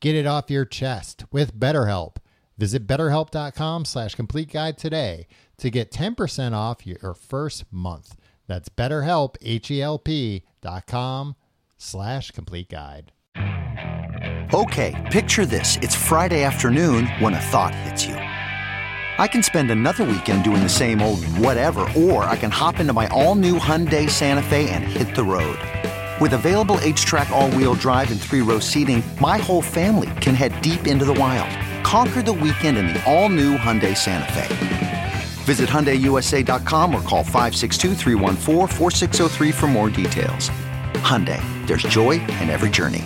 Get it off your chest with BetterHelp. Visit betterhelp.com slash complete guide today to get 10% off your first month. That's betterhelp, H-E-L-P dot com slash complete guide. Okay, picture this. It's Friday afternoon when a thought hits you. I can spend another weekend doing the same old whatever, or I can hop into my all new Hyundai Santa Fe and hit the road. With available H track, all wheel drive, and three row seating, my whole family can head deep into the wild. Conquer the weekend in the all new Hyundai Santa Fe. Visit HyundaiUSA.com or call 562-314-4603 for more details. Hyundai, there's joy in every journey.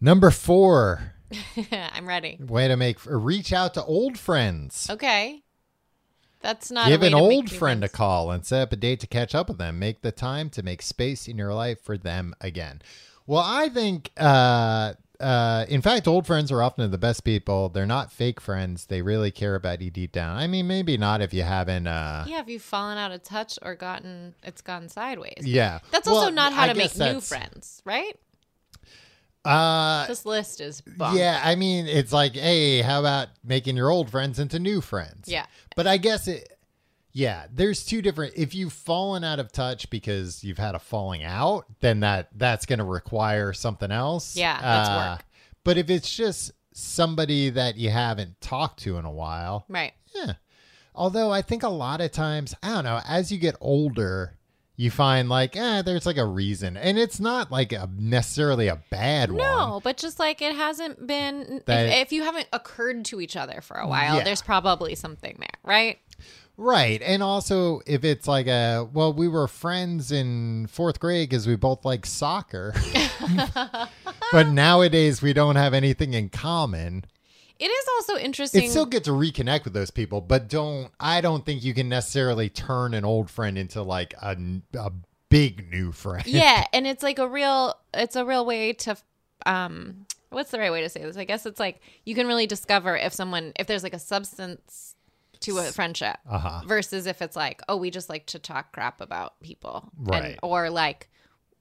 Number four, [LAUGHS] I'm ready. way to make reach out to old friends. Okay. That's not Give a way an to make old new friend a friends. call and set up a date to catch up with them. Make the time to make space in your life for them again. Well, I think, uh, uh, in fact, old friends are often the best people. They're not fake friends. They really care about you deep down. I mean, maybe not if you haven't. Uh, Yeah, if you've fallen out of touch or gotten it's gone sideways. yeah. That's Well, also not how I to make guess new that's- friends, right? Uh, This list is bunk. Yeah, I mean, it's like, hey, how about making your old friends into new friends? Yeah. But I guess it, yeah, there's two different. If you've fallen out of touch because you've had a falling out, then that that's going to require something else. Uh, Yeah, that's work. But if it's just somebody that you haven't talked to in a while, Right. yeah. Although I think a lot of times, I don't know, as you get older, you find like, eh, there's like a reason. And it's not like a necessarily a bad one. No, but just like it hasn't been That- if, if you haven't occurred to each other for a while, Yeah. there's probably something there, right? Right. And also, if it's like a, well, we were friends in fourth grade because we both like soccer. [LAUGHS] but nowadays, we don't have anything in common. It is also interesting. It's still good to reconnect with those people, but don't, I don't think you can necessarily turn an old friend into like a, n- a big new [LAUGHS] friend. yeah, and it's like a real it's a real way to um what's the right way to say this? I guess it's like you can really discover if someone if there's like a substance to a friendship uh-huh. versus if it's like, oh, we just like to talk crap about people. And- Right. or like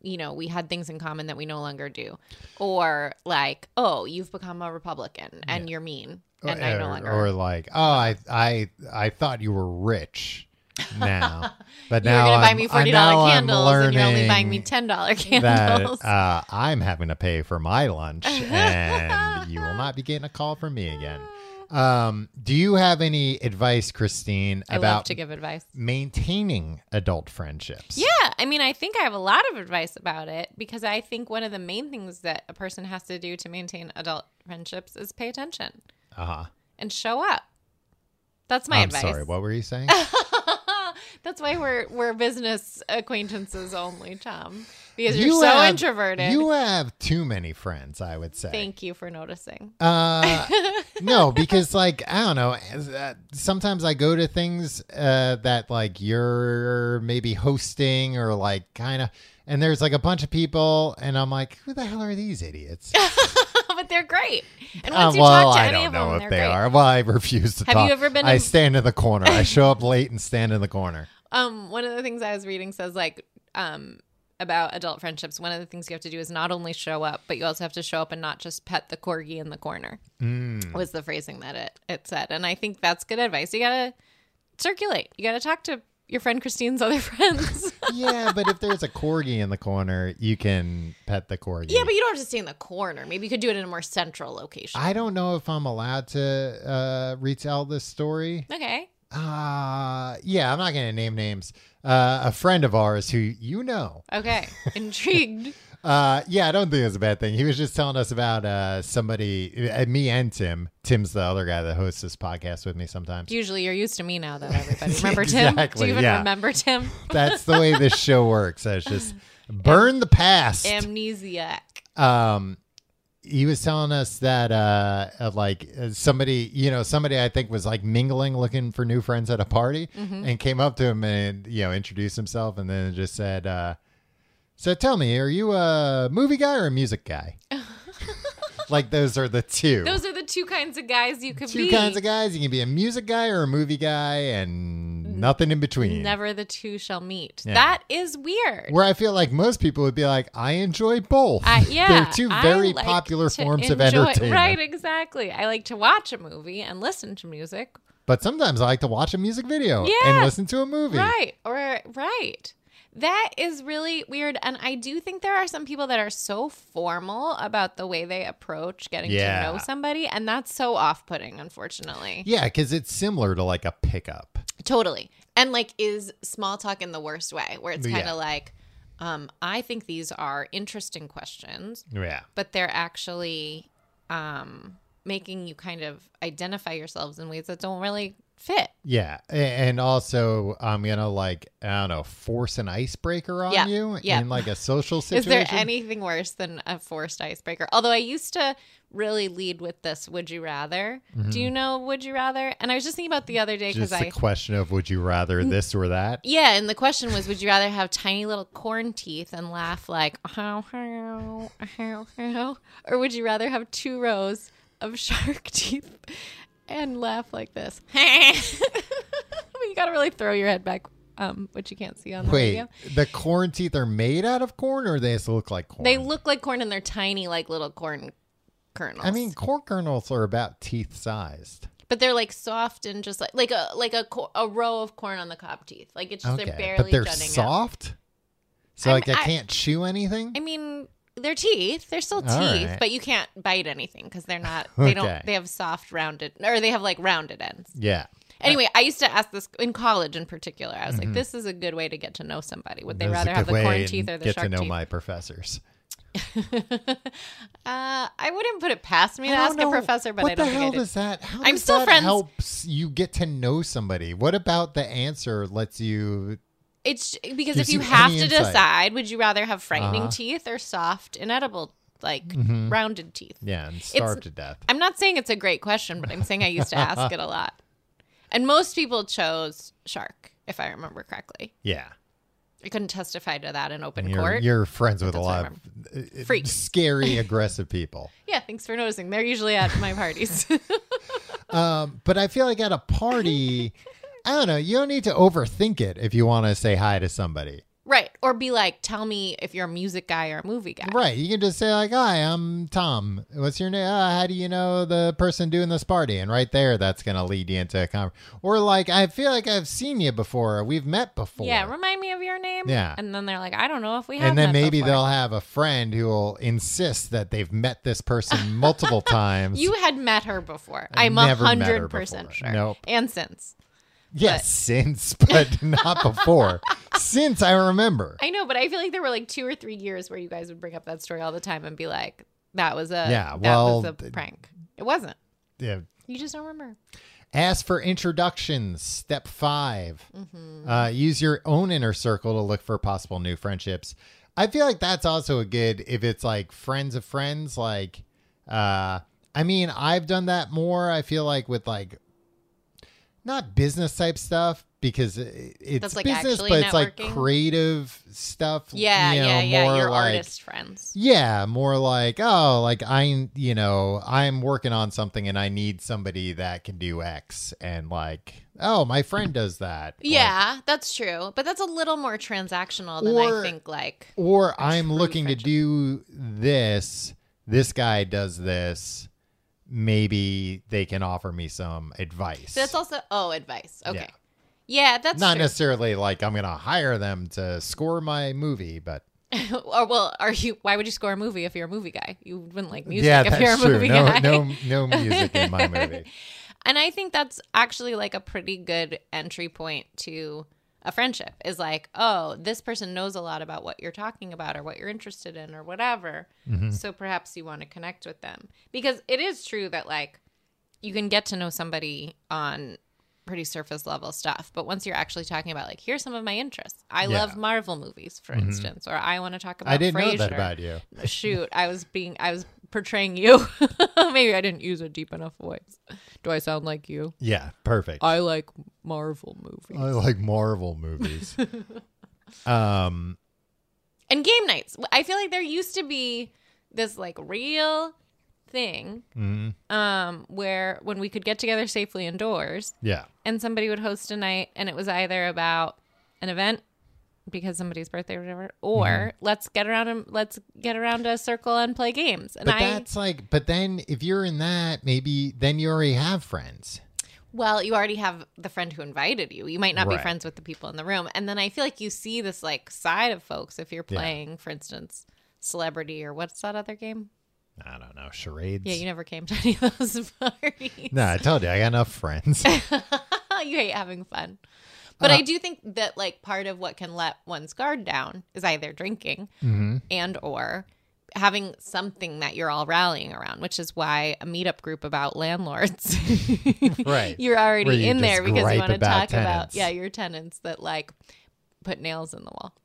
you know, we had things in common that we no longer do. Or like, oh, you've become a Republican and you're mean and I no Or- longer Or like, oh, I, I, I thought you were rich [LAUGHS] now, but you now were gonna buy I'm- me I- forty now dollar I'm candles, and you're only buying learning me ten dollar [LAUGHS] candles. that uh, I'm having to pay for my lunch, and you will not be getting a call from me [LAUGHS] again. Um, do you have any advice, Christine, I love about to give advice. maintaining adult friendships? Yeah, I mean, I think I have a lot of advice about it because I think one of the main things that a person has to do to maintain adult friendships is pay attention Uh huh. and show up. That's my I'm advice. sorry. What were you [LAUGHS] saying? That's why we're we're business acquaintances only, Tom, because You you're so have- introverted. You have too many friends, I would say. Thank you for noticing. Uh, no, because like I don't know. as- uh, Sometimes I go to things uh, that like you're maybe hosting or like kind of, and there's like a bunch of people, and I'm like, who the hell are these [LAUGHS] idiots? [LAUGHS] but they're great. And Uh, once you well, talk to I any don't of know them, if they're they great. are. Well, I refuse to Have talk. you ever been I in- stand in the corner. I show up late and stand in the [LAUGHS] corner. um one of the things i was reading says like um about adult friendships one of the things you have to do is not only show up but you also have to show up and not just pet the corgi in the corner Mm. was the phrasing that it it said and i think that's good advice you gotta circulate you gotta talk to your friend christine's other [LAUGHS] [LAUGHS] friends yeah, but if there's a corgi in the corner, you can pet the corgi. yeah but you don't have to stay in the corner maybe you could do it in a more central location I don't know if I'm allowed to uh, retell this story. okay uh yeah i'm not gonna name names uh a friend of ours who you know [LAUGHS] okay intrigued uh yeah i don't think it's a bad thing he was just telling us about uh somebody uh, me and tim tim's the other guy that hosts this podcast with me sometimes usually you're used to me now [LAUGHS] though everybody remember tim do Exactly, you even yeah. [LAUGHS] remember tim that's the way this show works i was just burn the past amnesiac um he was telling us that uh uh, like uh, somebody you know somebody i think was like mingling looking for new friends at a party Mm-hmm. and came up to him and you know introduced himself and then just said uh so tell me are you a movie guy or a music [LAUGHS] guy like those are the two those are the two kinds of guys you could two be kinds of guys you can be a music guy or a movie guy and Nothing in between. Never the two shall meet. Yeah. That is weird. Where I feel like most people would be like, I enjoy both. I, yeah, [LAUGHS] They're two I very like popular to forms of enjoy- entertainment. Right, exactly. I like to watch a movie and listen to music. But sometimes I like to watch a music video and Yeah. listen to a movie. Right, or right. That is really weird, and I do think there are some people that are so formal about the way they approach getting Yeah. to know somebody, and that's so off-putting, unfortunately. Yeah, because it's similar to like a pickup. Totally. And like, is small talk in the worst way, where it's Yeah. kind of like, um, I think these are interesting questions, Yeah. but they're actually um, making you kind of identify yourselves in ways that don't really fit. Yeah. A- And also, I'm going to like, I don't know, force an icebreaker on Yeah. you Yeah. in like a social [LAUGHS] Is situation. there anything worse than a forced icebreaker? Although I used to really lead with this would you rather? Do you know would you rather? And I was just thinking about the other day Mm-hmm. Just because the I Mm. question of would you rather this or that? Yeah, and the question was, would you rather have tiny little corn teeth and laugh like how how how how, or would you rather have two rows of [LAUGHS] shark teeth and laugh like this? [LAUGHS] you got to really throw your head back, um, which you can't see on the Wait, video. the corn teeth are made out of corn or they just look like corn? They look like corn and they're tiny, like little corn kernels. I mean, corn kernels are about teeth sized. but they're like soft and just like like a like a co- a row of corn on the cob teeth. Like it's just Okay. they're barely but they're jutting out. soft? So, I'm- like, I, I- can't chew anything? I mean, they're teeth. They're still teeth, All right. but you can't bite anything because they're [LAUGHS] not. They Okay. don't. They have soft rounded, or they have like rounded ends. yeah. Anyway, I used to ask this in college, in particular. I was like, "This is a good way to get to know somebody. Would they That's Mm-hmm. a rather have good the way corn and teeth or the get shark to know teeth?" my professors. [LAUGHS] uh, I wouldn't put it past me to I ask don't a know. professor, but what I don't the think hell I did. does that? How I'm does still that friends- Helps you get to know somebody. What about the answer lets you? It's because Gives if you you have any to insight. decide, would you rather have frightening Uh-huh. Mm-hmm. teeth or soft, inedible, like rounded teeth? Yeah, and starve to death. I'm not saying it's a great question, but I'm saying I used to ask it a lot. And most people chose shark, if I remember correctly. Yeah, I couldn't testify to that in open And you're, court. you're friends with a That's what I lot of uh, uh, Freaks. [LAUGHS] scary, aggressive people. Yeah, thanks for noticing. They're usually at my parties. [LAUGHS] Um, but I feel like at a [LAUGHS] party, I don't know. You don't need to overthink it if you want to say hi to somebody. right. Or be like, tell me if you're a music guy or a movie guy. Right. You can just say like, "Hi, I'm Tom. What's your name? Uh, how do you know the person doing this party?" And right there, that's gonna lead you into a conversation. Or like, I feel like I've seen you before. or We've met before. Yeah, remind me of your name. Yeah. And then they're like, I don't know if we have and then met maybe before. they'll have a friend who will insist that they've met this person [LAUGHS] multiple times. You had met her before. I I'm never met her 100% before. sure. Nope. And since. yes, since, but not [LAUGHS] before. since I remember. I know, but I feel like there were like two or three years where you guys would bring up that story all the time and be like, "That was a Yeah, that well, was a th- prank." It wasn't. Yeah. You just don't remember. Ask for introductions. Step 5 Uh, use your own inner circle to look for possible new friendships. I feel like that's also a good if it's like friends of friends. Like, uh, I mean, I've done that more. I feel like with like not business type stuff because it- it's That's, like, business, actually but it's like networking? creative stuff. Yeah, you know, yeah, yeah. more Your like- artist friends. yeah, more like, oh, like I, you know, I'm working on something and I need somebody that can do X. And like, oh, my friend does that. Like, Yeah, that's true, but that's a little more transactional than Or- I think. Like, or I'm true looking friendship. to do this. This guy does this. Maybe they can offer me some advice. that's also oh, advice. Okay, Yeah. yeah, that's Not true. necessarily like I'm going to hire them to score my movie, but [LAUGHS] or well, are you? Why would you score a movie if you're a movie guy? You wouldn't like music yeah, if you're a that's true. movie No, guy. no, [LAUGHS] no music in my movie. And I think that's actually like a pretty good entry point to a friendship is like, oh, this person knows a lot about what you're talking about or what you're interested in or whatever. Mm-hmm. So perhaps you want to connect with them. Because it is true that like you can get to know somebody on pretty surface level stuff, but once you're actually talking about like, here's some of my interests. I Yeah. Mm-hmm. love Marvel movies, for instance, or I want to talk about I didn't Frasier know that about you. shoot i was being i was portraying you [LAUGHS] maybe i didn't use a deep enough voice do i sound like you Yeah, perfect. i like marvel movies I like Marvel [LAUGHS] movies. um, and game nights i feel like there used to be this like real thing Mm-hmm. um, where when we could get together safely indoors Yeah. and somebody would host a night and it was either about an event because somebody's birthday or whatever or Mm-hmm. let's get around and let's get around a circle and play games and But i that's like, but then if you're in that, maybe then you already have friends. Well, you already have the friend who invited you. You might not Right. be friends with the people in the room. And then I feel like you see this like side of folks if you're Yeah. playing, for instance, celebrity or what's that other game? I don't know, charades. Yeah, you never came to any of those [LAUGHS] parties. no, I told you, I got enough [LAUGHS] friends. you hate having fun. Uh, But I do think that like part of what can let one's guard down is either drinking Mm-hmm. and or having something that you're all rallying around, which is why a meetup group about landlords [LAUGHS] right. you're already Where you in there just because gripe you want to about talk about tenants. yeah your tenants that like put nails in the wall [LAUGHS]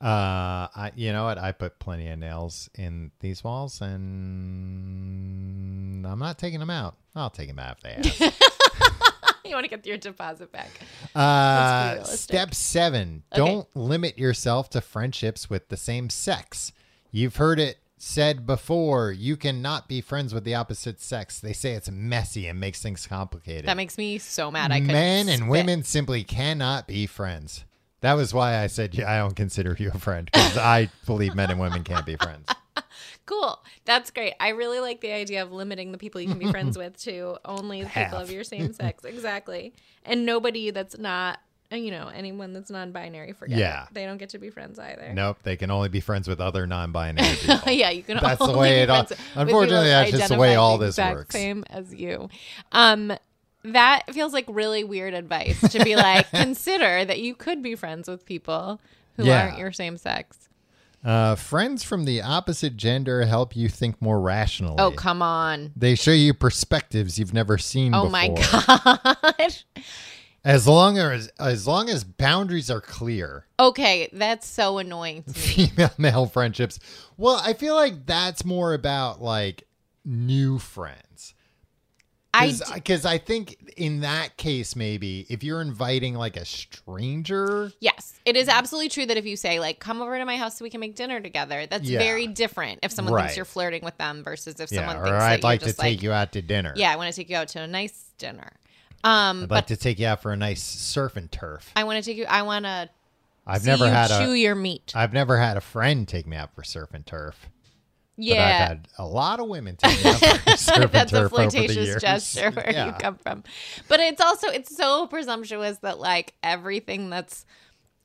Uh, I, you know what? I put plenty of nails in these walls, and I'm not taking them out. I'll take them out if they ask. you want to get your deposit back Let's be Uh, realistic. step seven: Okay. Don't limit yourself to friendships with the same sex. You've heard it said before: you cannot be friends with the opposite sex. They say it's messy and makes things complicated. that makes me so mad i could Men spit. and women simply cannot be friends. That was why I said yeah, I don't consider you a friend because [LAUGHS] I believe men and women can't be friends. cool that's great i really like the idea of limiting the people you can be [LAUGHS] friends with to only the people of your same sex exactly and nobody that's not uh, you know anyone that's non-binary forget Yeah. it. they don't get to be friends either Nope, they can only be friends with other [LAUGHS] non-binary people. yeah, you can. That's the only way be it all- friends with people unfortunately, that that's just the identify way all the this exact works. Same as you. Um, that feels like really weird advice to [LAUGHS] be like consider that you could be friends with people who Yeah. aren't your same sex. Uh, friends from the opposite gender help you think more rationally. Oh come on! They show you perspectives you've never seen Oh before. my god! [LAUGHS] As long as as long as boundaries are clear, [LAUGHS] Okay, that's so annoying. To me. female male friendships. Well, I feel like that's more about like new friends. I d- because I think in that case maybe if you're inviting like a stranger, Yes, it is absolutely true that if you say like "come over to my house so we can make dinner together," that's Yeah. very different if someone thinks Right. you're flirting with them versus if yeah, someone or thinks I'd that like you're to just take you out to dinner. Yeah, I want to take you out to a nice dinner. Um, I'd but like to take you out for a nice surf and turf. I want to take you. I want to. I've see never you had chew a your meat. have never had a friend take me out for surf and turf. But I've yeah, had a lot of women take me out [LAUGHS] for surf and that's a turf over the [LAUGHS] flirtatious years. gesture [LAUGHS] where you Yeah. come from. But it's also it's so presumptuous that like everything that's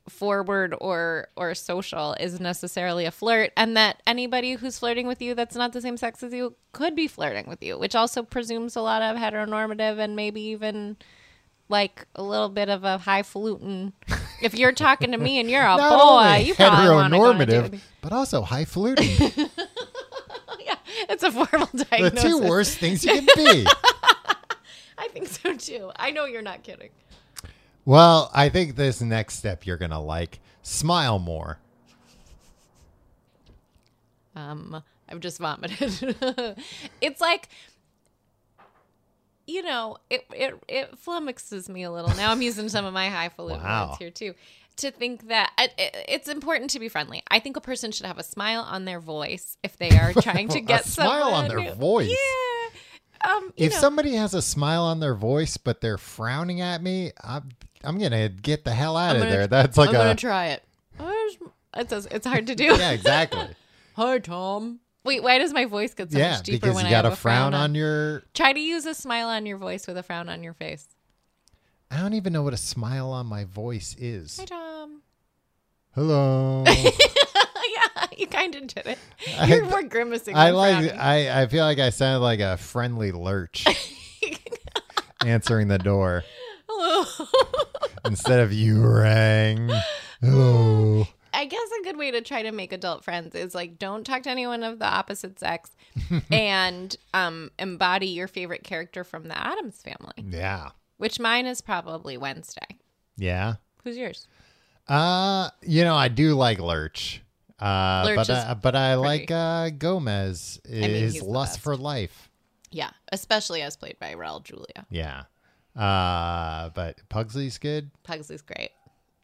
forward or or social is necessarily a flirt, and that anybody who's flirting with you that's not the same sex as you could be flirting with you, which also presumes a lot of heteronormative and maybe even. Like a little bit of a highfalutin. If you're talking to me and you're [LAUGHS] a Not boy, only you probably want to go on a date with me. heteronormative, but also highfalutin. [LAUGHS] Yeah, it's a formal the diagnosis. two worst things you can [LAUGHS] be. I think so too. I know you're not kidding. Well, I think this next step you're gonna like. Smile more. Um, I've just vomited. [LAUGHS] it's like, you know, it it it flummoxes me a little. Now I'm using some of my highfalutin Wow. words here too. To think that I- it, it's important to be friendly. I think a person should have a smile on their voice if they [LAUGHS] are trying to A get smile on someone their who- voice? Yeah. Um, you if know, somebody has a smile on their voice but they're frowning at me, I'm I'm gonna get the hell out I'm of gonna- there. That's like I'm a gonna try it. It's it's hard to do. yeah, exactly. [LAUGHS] Hi, Tom. Wait, why does my voice get so yeah, much deeper because when you I got have a frown, on your. Try to use a smile on your voice with a frown on your face. I don't even know what a smile on my voice is. Hi, Tom. [LAUGHS] Hello. yeah, you kind of did it. I- You're more grimacing. I than like. frowning. I I feel like I sound like a friendly [LAUGHS] lurch answering the door Hello. instead of you rang. [GASPS] Hello. [LAUGHS] I guess a good way to try to make adult friends is like don't talk to anyone of the [LAUGHS] opposite sex, and um, embody your favorite character from the Adams family. Yeah. Which mine is probably Wednesday. Yeah. Who's yours? Uh, you know, I do like Lurch. Uh, Lurch but is I, but I like pretty. uh, Gomez. His he's the lust best. for life. Yeah, especially as played by Raul Julia. Yeah. Uh, but Pugsley's good. Pugsley's great.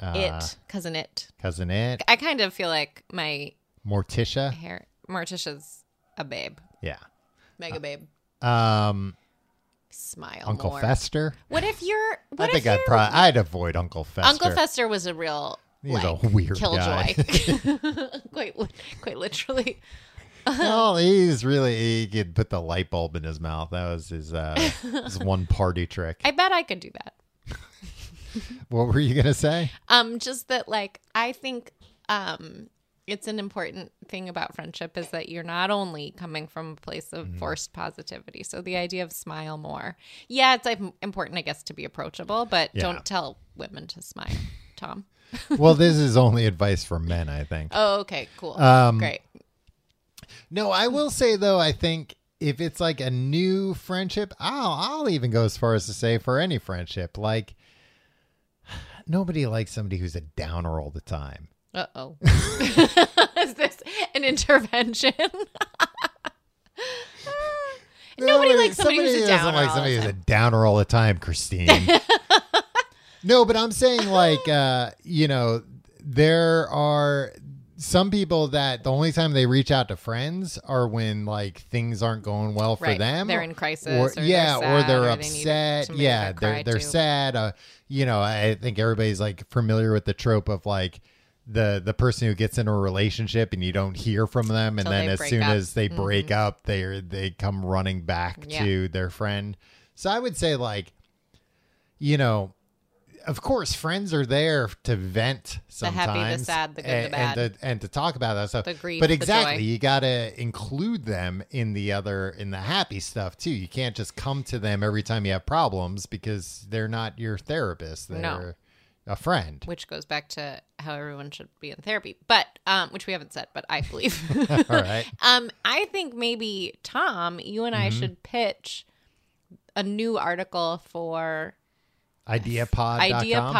Uh, it cousin it. cousin it. I kind of feel like my Morticia. hair Morticia's a babe. Yeah. Mega Babe. Um, Smile Uh, Uncle more. Fester. What if you're? What I think if I'd you're- probably I'd avoid Uncle Fester. Uncle Fester was a real He's like, a weird killjoy. [LAUGHS] guy. [LAUGHS] quite, li- quite literally. well, he's really he could put the light bulb in his mouth. That was his [LAUGHS] uh, his one party trick. I bet I could do that. What were you gonna [LAUGHS] say? Um, just that, like, I think um, it's an important thing about friendship is that you're not only coming from a place Mm-hmm. of forced positivity. So the idea of smile more, yeah, it's like, important, I guess, to be approachable, but Yeah. don't tell women to smile, Tom. Well, this is only advice for men, I think. Oh, okay, cool, Um, great. No, I will say though, I think if it's like a new friendship, I'll I'll even go as far as to say for any friendship, like [SIGHS] nobody likes somebody who's a downer all the time. Uh [LAUGHS] oh, [LAUGHS] is this an intervention? Nobody likes somebody who's a doesn't downer like all somebody the who's a downer all the time, Christine. [LAUGHS] no, but I'm saying like uh, you know, there are some people that the only time they reach out to friends are when like things aren't going well for Right. them. They're in crisis or they're yeah, or sad they're or they need upset. somebody yeah, to they're cry they're to. sad. Uh, you know, I think everybody's like familiar with the trope of like the the person who gets into a relationship and you don't hear from them, and Till then they as break soon up. Mm-hmm. as they break up, they are they come running back Yeah. to their friend. So I would say like, you know, of course, friends are there to vent The sometimes, happy, the sad, the good, the and, and bad. to, and to talk about that stuff. The grief, but the exactly, joy. you got to include them in the other in the happy stuff too. You can't just come to them every time you have problems because they're not your therapist; they're No. a friend. which goes back to how everyone should be in therapy but um which we haven't said but i believe [LAUGHS] All right. um i think maybe tom you and i should pitch a new article for Ideapod.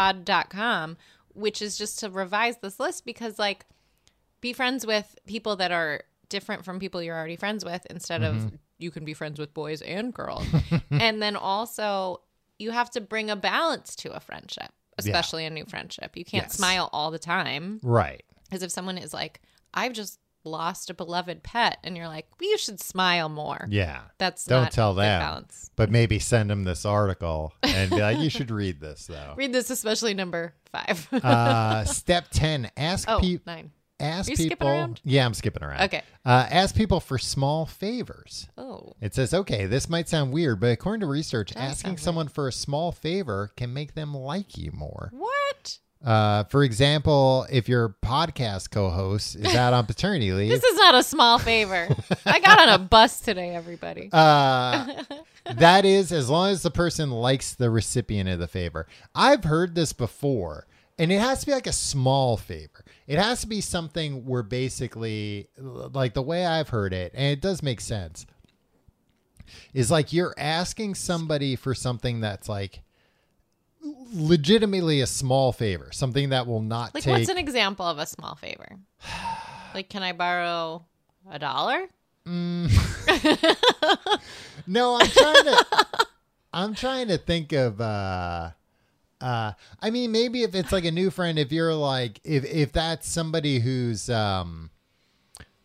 ideapod.com which is just to revise this list because like be friends with people that are different from people you're already friends with instead Mm-hmm. of you can be friends with boys [LAUGHS] and girls and then also you have to bring a balance to a friendship especially a new friendship you can't Yes. smile all the time Right. because if someone is like i've just lost a beloved pet and you're like well, you should smile more Yeah. that's Don't not tell good them, balance but maybe send them this article and be like, "You [LAUGHS] should read this though." read this especially number five Uh, step ten: Ask [LAUGHS] oh people. nine ask Are you skipping people. around? Yeah, I'm skipping around. Okay. Uh, ask people for small favors. oh It says, okay, this might sound weird, but according to research, asking sound someone for a small favor can make them like you more. what Uh, for example, if your podcast co host is out on paternity leave, This is not a small favor. [LAUGHS] I got on a bus today, everybody. uh, that is as long as the person likes the recipient of the favor. I've heard this before, and it has to be like a small favor. It has to be something where basically, like the way I've heard it, and it does make sense, is like you're asking somebody for something that's like legitimately a small favor, something that will not like, take. what's an example of a [SIGHS] small favor? Like, can I borrow a dollar? No, I'm trying to. I'm trying to think of. uh uh I mean, maybe if it's like a new friend, if you're like, if if that's somebody who's um.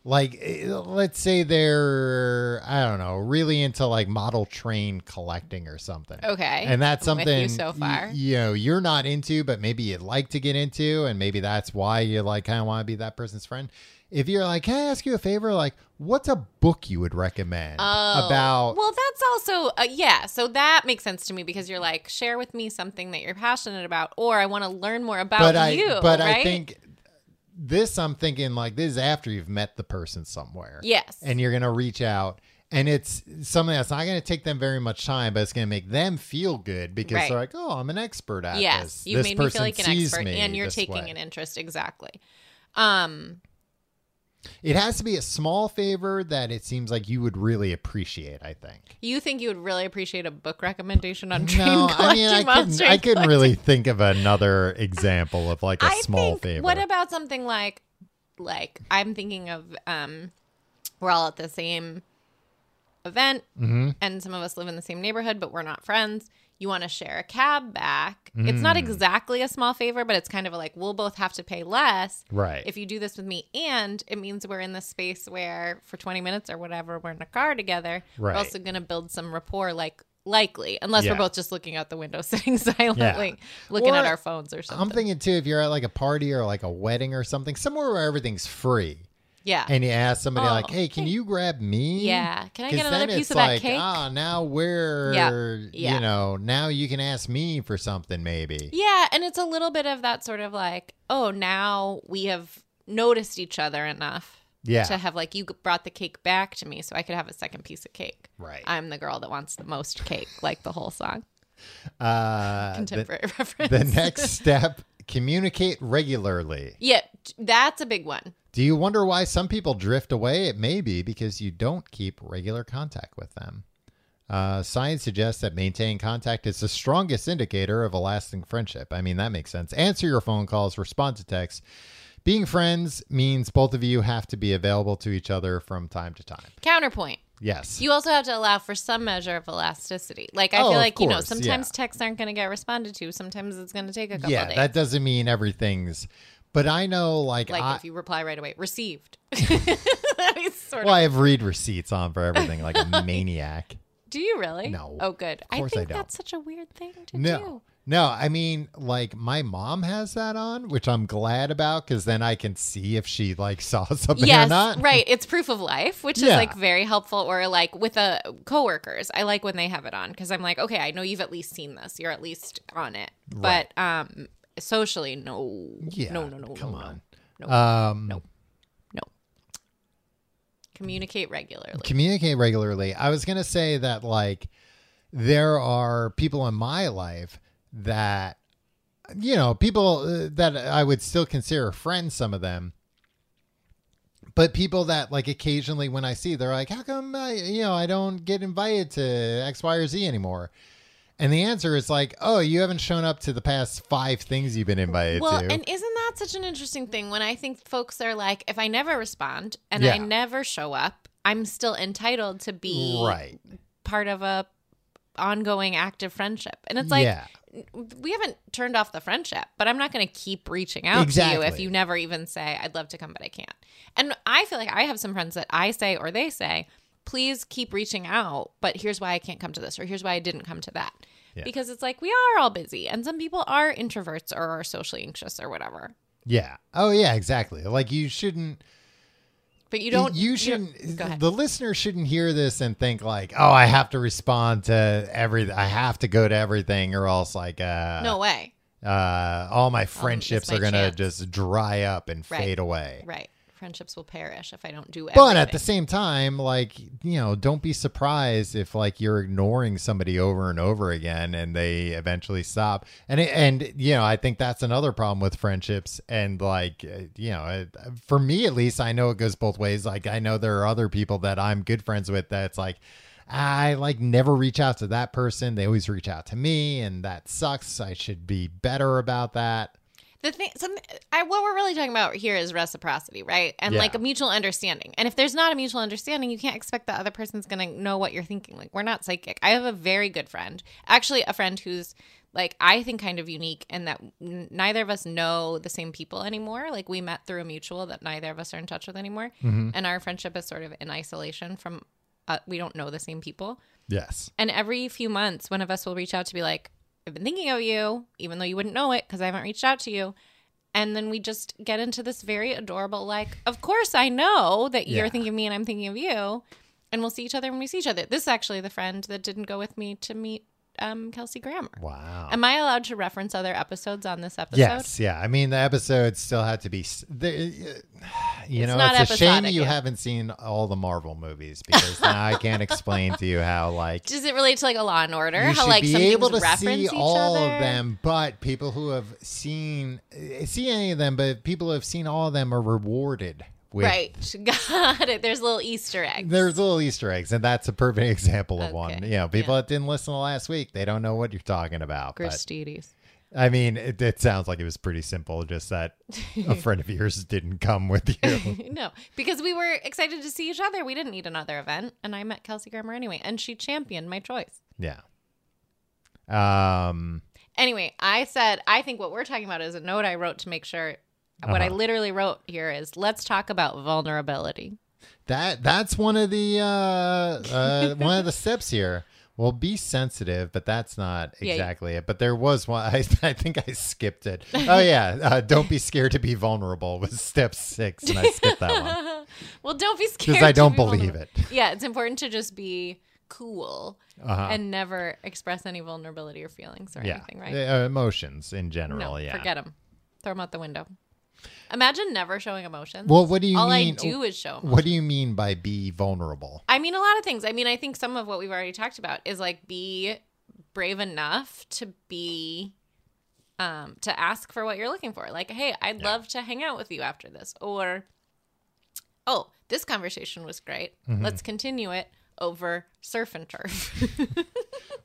Like, eh, let's say they're, I don't know, really into like model train collecting or something. Okay. And that's I'm with something you so y- far. you know, you're not into, but maybe you'd like to get into. And maybe that's why you like kind of want to be that person's friend. If you're like, can I ask you a favor? Like, what's a book you would recommend Oh. about Well, that's also, uh, yeah. So that makes sense to me because you're like, share with me something that you're passionate about, or I want to learn more about but you. I, but right? I think this I'm thinking like this is after you've met the person somewhere. Yes. And you're gonna reach out. And it's something that's not going to take them very much time, but it's going to make them feel good because Right. they're like, "Oh, I'm an expert at yes, this. you this made me person feel like an sees expert, me and you're this taking way. an interest. Exactly. Um, It has to be a small favor that it seems like you would really appreciate. I think. you think you would really appreciate a book recommendation on train no, collecting? I mean, I while couldn't. train I couldn't [LAUGHS] collecting? really think of another example of like a I small think, favor. What about something like, like I'm thinking of, um, we're all Mm-hmm. at the same event, and some of us live in the same neighborhood, but we're not friends. you want to share a cab back. It's Mm. not exactly a small favor, but it's kind of like we'll both have to pay less Right. if you do this with me. And it means we're in this space where for 20 minutes or whatever, we're in a car together. Right. We're also going to build some rapport, like likely, unless Yeah. we're both just looking out the window, [LAUGHS] sitting silently, looking Or- at our phones or something. I'm thinking too, if you're at like a party or like a wedding or something, somewhere where everything's free, yeah. and you ask somebody Oh, like, "Hey, can you grab me?" Yeah. Can I 'Cause get another then piece it's of that like, cake? Ah, now we're Yeah. you know now you can ask me for something maybe. Yeah, and it's a little bit of that sort of like, oh, now we have noticed each other enough Yeah. to have like you brought the cake back to me, so I could have a second piece of cake. Right. I'm the girl that wants the most cake, like the whole song. Uh, [LAUGHS] the, Contemporary reference. the next step: communicate regularly. [LAUGHS] yeah, t- that's a big one. Do you wonder why some people drift away? It may be because you don't keep regular contact with them. Uh, science suggests that maintaining contact is the strongest indicator of a lasting friendship. I mean, that makes sense. Answer your phone calls, respond to texts. Being friends means both of you have to be available to each other from time to time. Counterpoint. Yes. You also have to allow for some measure of elasticity. Like I Oh, feel of like, you know, course, yeah. sometimes texts aren't going to get responded to. Sometimes it's going to take a couple yeah, days. that doesn't mean everything's. But I know, like, like I, if you reply right away, received. [LAUGHS] that is sort well, I have read receipts on for everything, like [LAUGHS] a maniac. Do you really? No. Oh, good. Of course I I think don't. that's such a weird thing to do. No. No, I mean, like my mom has that on, which I'm glad about because then I can see if she like [LAUGHS] saw something or Yes, not. right. It's proof of life, which is Yeah. like very helpful. Or like with uh, coworkers, I like when they have it on because I'm like, okay, I know you've at least seen this. You're at least on it. But um, socially, no, Yeah, no, no, no. come no, no. on. no, Um, no, no. Communicate regularly. Communicate regularly. I was gonna say that like there are people in my life that you know people uh, that I would still consider friends. Some of them. But people that like occasionally when I see, they're like, "How come I, you know I don't get invited to X, Y, or Z anymore?" And the answer is like, "Oh, you haven't shown up to the past five things you've been invited Well, to." and isn't that such an interesting thing when I think folks are like, if I never respond and Yeah. I never show up, I'm still entitled to be right? part of a ongoing active friendship. And it's like yeah, we haven't turned off the friendship, but I'm not going to keep reaching out to you if Exactly. you never even say I'd love to come but I can't. And I feel like I have some friends that I say or they say, "Please keep reaching out, but here's why I can't come to this or here's why I didn't come to that." Because it's like we are all busy and some people are introverts or are socially anxious or whatever. yeah. Oh, yeah, exactly. Like you shouldn't. But you don't you don't- shouldn't go ahead. the listener shouldn't hear this and think like oh i have to respond to every i have to go to everything or else like uh no way. uh all my friendships my are gonna chance. just dry up and Right. fade away Right. Friendships will perish if I don't do everything. but at the same time like you know don't be surprised if like you're ignoring somebody over and over again and they eventually stop and it, and you know i think that's another problem with friendships and like uh, you know it- for me at least i know it goes both ways like i know there are other people that i'm good friends with that's like I like never reach out to that person. They always reach out to me, and that sucks. I should be better about that. the thing some I, what we're really talking about here is reciprocity right and Yeah. like a mutual understanding and if there's not a mutual understanding you can't expect the other person's gonna know what you're thinking like we're not psychic i have a very good friend actually a friend who's like i think kind of unique in that n- neither of us know the same people anymore like we met through a mutual that neither of us are in touch with anymore and our friendship is sort of in isolation from uh, we don't know the same people Yes. and every few months, one of us will reach out to be like, I've been thinking of you, even though you wouldn't know it because I haven't reached out to you. And then we just get into this very adorable, like, of course I know that you're Yeah. thinking of me and I'm thinking of you. And we'll see each other when we see each other. This is actually the friend that didn't go with me to meet um, Kelsey Grammer. Wow. Am I allowed to reference other episodes on this episode? Yes, yeah. I mean, the episodes still have to be. s- the- uh, You It's know, not it's a shame episodic, you yeah. haven't seen all the Marvel movies because now I can't explain to you how like Does it relate to like a Law and Order? you How should like be some able things to reference see each all other? of them, but people who have seen eh, see any of them, but people who have seen all of them are rewarded with. Right. [LAUGHS] Got it. There's little Easter eggs. There's little Easter eggs, and that's a perfect [LAUGHS] example of one. Okay, You know, people that didn't listen to last week, they don't know what you're talking about. but- Aristides. I mean, it, it sounds like it was pretty simple, just that [LAUGHS] a friend of yours didn't come with you. No, because we were excited to see each other. We didn't need another event, and I met Kelsey Grammer anyway, and she championed my choice. Yeah. Um, Anyway, I said, I think what we're talking about is a note I wrote to make sure. What Uh-huh. I literally wrote here is let's talk about vulnerability. That that's one of the uh, uh, one [LAUGHS] of the steps here. Well, be sensitive, but that's not Yeah, you- exactly it. But there was one. [LAUGHS] I, I think I skipped [LAUGHS] it. Oh yeah, uh, don't be scared to be vulnerable was step six, and I skipped that [LAUGHS] one Well, don't be scared. because I to don't be believe vulnerable. it. [LAUGHS] Uh-huh. Yeah, it's important to just be cool and never express any vulnerability or feelings or Yeah, anything, right? Uh, emotions in no, general. yeah, forget them. Throw them out the window. Imagine never showing emotions. Well, what do you All mean? I do is show 'em. What do you mean by be vulnerable? I mean, a lot of things. I mean, I think some of what we've already talked about is like be brave enough to be, um, to ask for what you're looking for. Like, hey, I'd love to hang out with you after this, or, oh, this conversation was great. Mm-hmm. Let's continue it over surf and turf. [LAUGHS]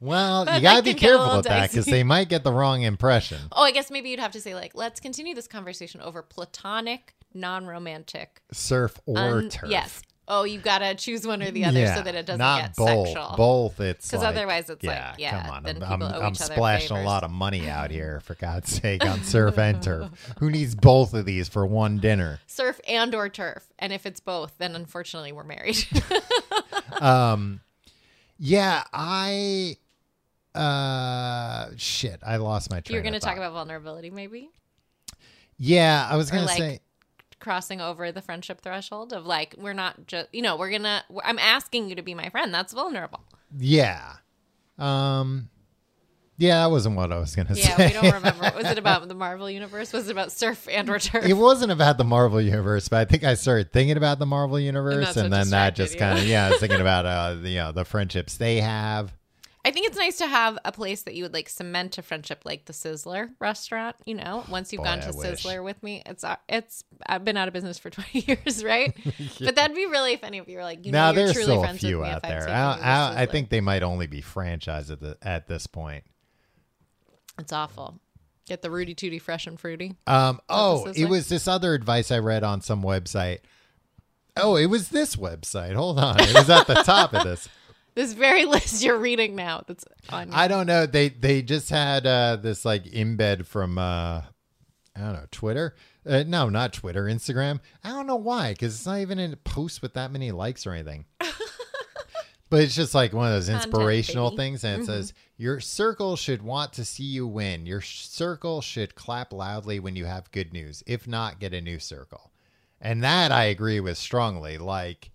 Well, That you gotta be can get a careful little with that because dicey. they might get the wrong impression. [LAUGHS] oh, I guess maybe you'd have to say like, let's continue this conversation over platonic, non-romantic, Surf or un- turf. Um, yes. Oh, you gotta choose one or the other so that it doesn't not get both. sexual. Both, it's 'Cause like- otherwise it's like, yeah, Come on, then I'm, people I'm, owe I'm each other splashing a favors. lot of money out here for God's sake [LAUGHS] on surf and turf. Who needs both of these for one dinner? surf and or turf and if it's both then unfortunately we're married [LAUGHS] Yeah, I. Uh, shit, I lost my train. you're going gonna talk about vulnerability maybe Yeah, I was or gonna like say. crossing over the friendship threshold of like we're not just you know we're gonna i'm asking you to be my friend that's vulnerable Yeah. Um. Yeah, that wasn't what I was gonna yeah say. we [LAUGHS] don't remember was it about the marvel universe was it about surf and or turf it wasn't about the Marvel universe, but I think I started thinking about the Marvel universe, that's and, what then that distracted just you. kind of yeah, I was [LAUGHS] thinking about uh, the, you know, the friendships they have. i think it's nice to have a place that you would like cement a friendship like the sizzler restaurant you know once you've Boy, gone I to wish. sizzler with me it's uh, it's i've been out of business for [LAUGHS] 20 [LAUGHS] years right but that'd be really funny if you were like you now know you're there's truly still a friends few with me out if I've there. taken I, you to I, I Sizzler. think they might only be franchised at, the, at this point. It's awful. Get the Rudy Tooty fresh and fruity. Um, oh, this it one? was this other advice I read on some website. Oh, it was this website. Hold on, it was at the top of this. This very [LAUGHS] list you're reading now that's on I don't know. They they just had uh, this like embed from uh, I don't know Twitter. Uh, no, not Twitter, Instagram. I don't know why because it's not even in a post with that many likes or anything. but it's just like one of those Content, inspirational baby. Mm-hmm. things, and it says your circle should want to see you win. Your sh- circle should clap loudly when you have good news. If not, get a new circle. And that I agree with strongly. Like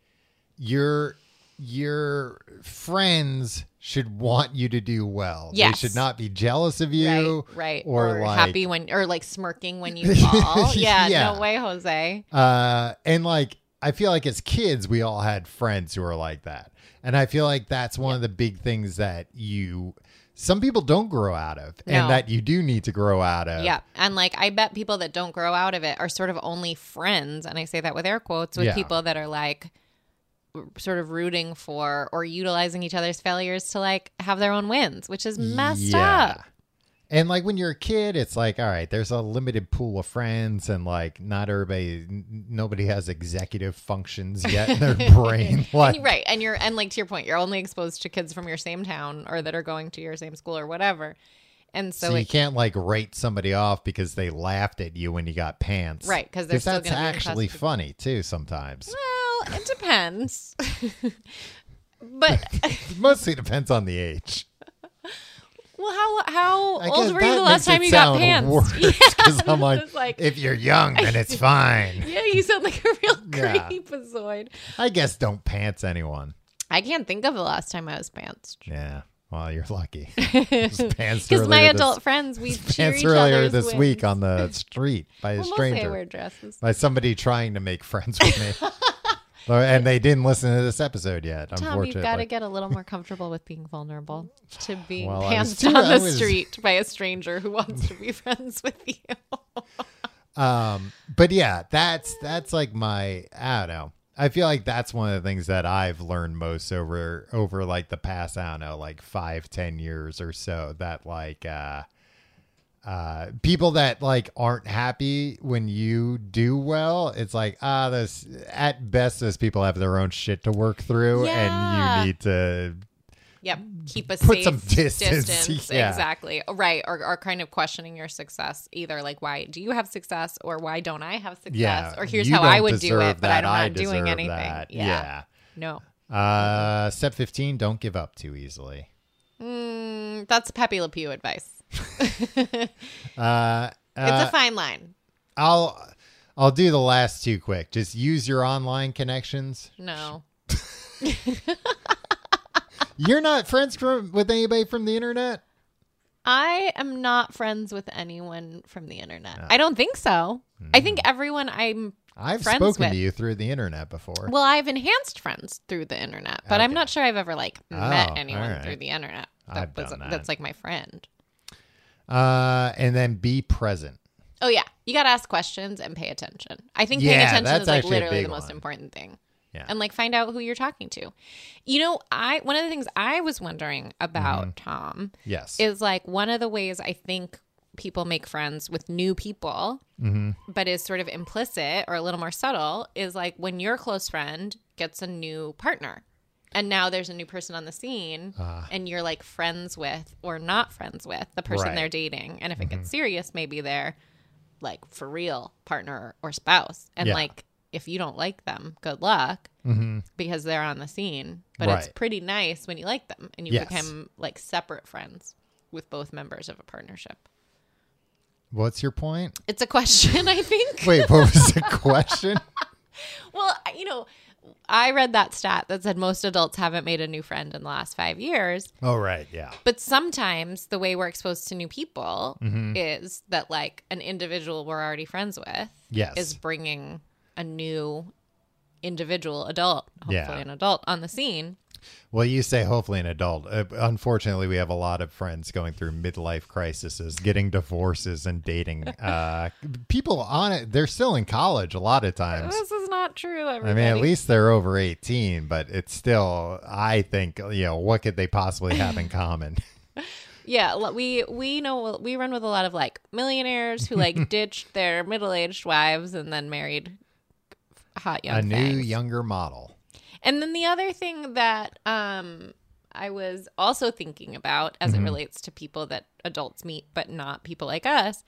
your your friends should want you to do well. Yes. They should not be jealous of you. right, right. Or, like happy when or like smirking [LAUGHS] when you fall. [LAUGHS] Yeah, Yeah. no way, Jose. uh and like I feel like as kids we all had friends who were like that. And I feel like that's one of the big things that you some people don't grow out of No. and that you do need to grow out of. Yeah. And like I bet people that don't grow out of it are sort of only friends, and I say that with air quotes, with Yeah. people that are like r- sort of rooting for or utilizing each other's failures to like have their own wins, which is messed up. And like when you're a kid, it's like, all right, there's a limited pool of friends, and like not everybody, n- nobody has executive functions yet in [LAUGHS] their brain. Like, right and you're and like to your point you're only exposed to kids from your same town or that are going to your same school or whatever and so, So, you it, can't like rate somebody off because they laughed at you when you got pants, Right, 'cause they're still that's gonna be impressed actually with- funny too. Sometimes, well it depends [LAUGHS] but [LAUGHS] [LAUGHS] mostly depends on the age. well how how I guess old were you that the makes last it time you got sound pants [LAUGHS] worse, 'cause I'm like, it's like- if you're young, then [LAUGHS] it's fine. yeah you sound like a real [LAUGHS] Yeah. creepazoid I guess don't pants anyone. i can't think of the last time i was pantsed Yeah. Well, you're [LAUGHS] lucky. Because because my adult [LAUGHS] friends we cheer pants each earlier other's this wins. week on [LAUGHS] the street by a well, mostly I stranger, wear dresses by somebody trying to make friends with [LAUGHS] me. Or- and they didn't listen to this episode yet. Tom, you've unfortunately, got to get a little more comfortable with being vulnerable to being Well, I was pantsed too- on I the was- street by a stranger who wants to be [LAUGHS] friends with you. um, but yeah, that's that's like my I don't know. I feel like that's one of the things that I've learned most over over like the past I don't know like five ten years or so that like uh, uh, people that like aren't happy when you do well, it's like ah, those at best those people have their own shit to work through, Yeah. and you need to Yep. Keep a Put safe some distance, [LAUGHS] distance. yeah. Exactly. Right. Or, or kind of questioning your success either. Like, why do you have success or why don't I have success? Yeah. or here's you how I don't would do deserve it, but I'm that. not doing deserve anything. that. Yeah. No. yeah. Uh, step 15 don't give up too easily. Mm, that's Pepe Le Pew advice. [LAUGHS] Uh, it's uh, a fine line. I'll I'll do the last two quick. Just use your online connections. No. You're not friends from, with anybody from the internet. I am not friends with anyone from the internet. I don't think so. I think Mm-hmm. everyone I'm I've Friends spoken with. to you through the internet before. well, I've enhanced friends through the internet, but I'm not sure I've ever like Oh, met anyone alright. through the internet. That I've was done that. that's like my friend. Uh, and then be present. Oh yeah, you got to ask questions and pay attention. I think Yeah, paying attention that's is like actually a literally big the most one. important thing. Yeah. And like find out who you're talking to. You know, I one of the things I was wondering about Mm-hmm. Tom Yes. is like one of the ways I think people make friends with new people, Mm-hmm. but is sort of implicit or a little more subtle is like when your close friend gets a new partner. And now there's a new person on the scene, Ah. and you're like friends with or not friends with the person Right. Mm-hmm. they're dating. And if it gets serious, maybe they're like for real partner or spouse. And Yeah. Mm-hmm. like, if you don't like them, good luck because they're on the scene. But it's Right. pretty nice when you like them and you Yes. become like separate friends with both members of a partnership. What's your point? It's a question, [LAUGHS] I think. Wait, what was the [LAUGHS] question? Well, I- you know, I read that stat that said most adults haven't made a new friend in the last five years. Oh, right. Yeah. But sometimes the way we're exposed to new people Mm-hmm. is that like an individual we're already friends with Yes. is bringing a new individual adult, hopefully Yeah. an adult on the scene. Well, you say hopefully an adult. Uh, unfortunately, we have a lot of friends going through midlife crises, getting divorces, and dating. Uh, people on it, they're still in college a lot of times. This is not true. I mean, at least they're over 18, but it's still, I think, you know, what could they possibly have [LAUGHS] in common? Yeah, l- we we know we run with a lot of like millionaires [LAUGHS] who like ditched their middle-aged wives and then married hot young a new, fags. younger model. And then the other thing that um I was also thinking about as Mm-hmm. it relates to people that adults meet but not people like us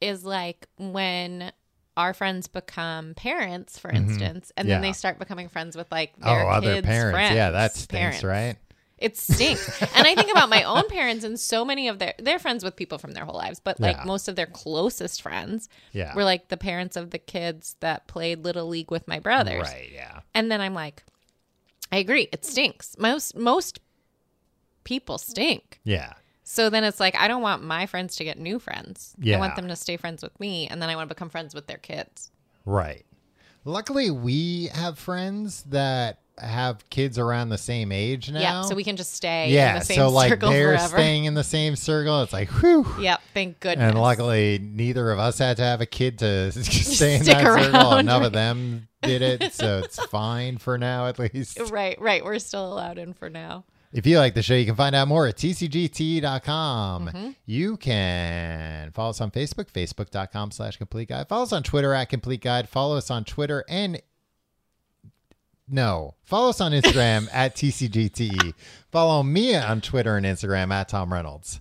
is like when our friends become parents, for instance, and then Mm-hmm. Yeah. they start becoming friends with like their oh, other kids' parents. Friends, yeah, that stinks, parents. right? It stinks. and I think about my own [LAUGHS] parents and so many of their they're friends with people from their whole lives, but like Yeah. most of their closest friends Yeah. were like the parents of the kids that played little league with my brothers. Right, yeah. And then I'm like, I agree, it stinks. Most most people stink. Yeah. So then it's like I don't want my friends to get new friends. I Yeah. want them to stay friends with me and then I want to become friends with their kids. Right. Luckily, we have friends that have kids around the same age now. Yeah, so we can just stay yeah, in the same so like circle they're forever. staying in the same circle. It's like, whew. [LAUGHS] Yep, thank goodness. And luckily, neither of us had to have a kid to [LAUGHS] stay in Stick that circle. None around, right. of them did it, so it's [LAUGHS] fine for now, at least. Right, right. We're still allowed in for now. If you like the show, you can find out more at tcgt.com. Mm-hmm. You can follow us on Facebook, facebook.com slash complete guide. Follow us on Twitter at complete guide. Follow us on Twitter and no, follow us on [LAUGHS] Instagram at tcgte. E. Follow me on Twitter and Instagram at Tom Reynolds.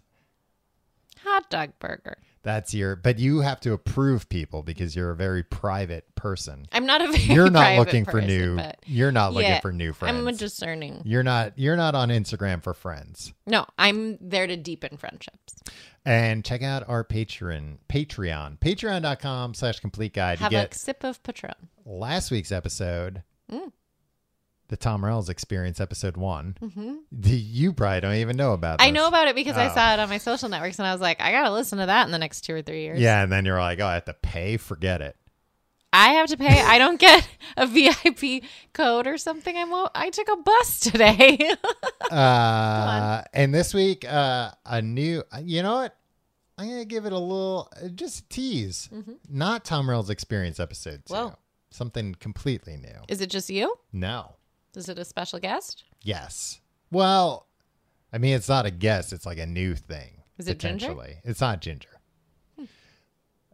Hot dog burger. That's your, but you have to approve people because you're a very private person. I'm not a [LAUGHS] very You're not private looking for person, new. but- You're not looking Yeah, for new I'm a friends. discerning. you're not. You're not on Instagram for friends. No, I'm there to deepen friendships. and check out our patreon patreon patreon.com slash complete guide to Have get a sip of Patron. last week's episode Mm. the tom reynolds experience episode one The- you probably don't even know about Mm-hmm. I this. know about it because Oh. I saw it on my social networks, and I was like, I gotta listen to that in the next two or three years. yeah and then you're like oh i have to pay forget it I have to pay. [LAUGHS] I don't get a VIP code or something. I won't. I took a bus today. [LAUGHS] uh and this week uh a new you know what i'm gonna give it a little uh, just a tease not tom reynolds experience episode two Mm-hmm. Whoa. something completely new Is it just you? no Is it a special guest? Yes. Well, I mean, it's not a guess. It's like a new thing. Is it ginger? Hmm. potentially. It's not ginger.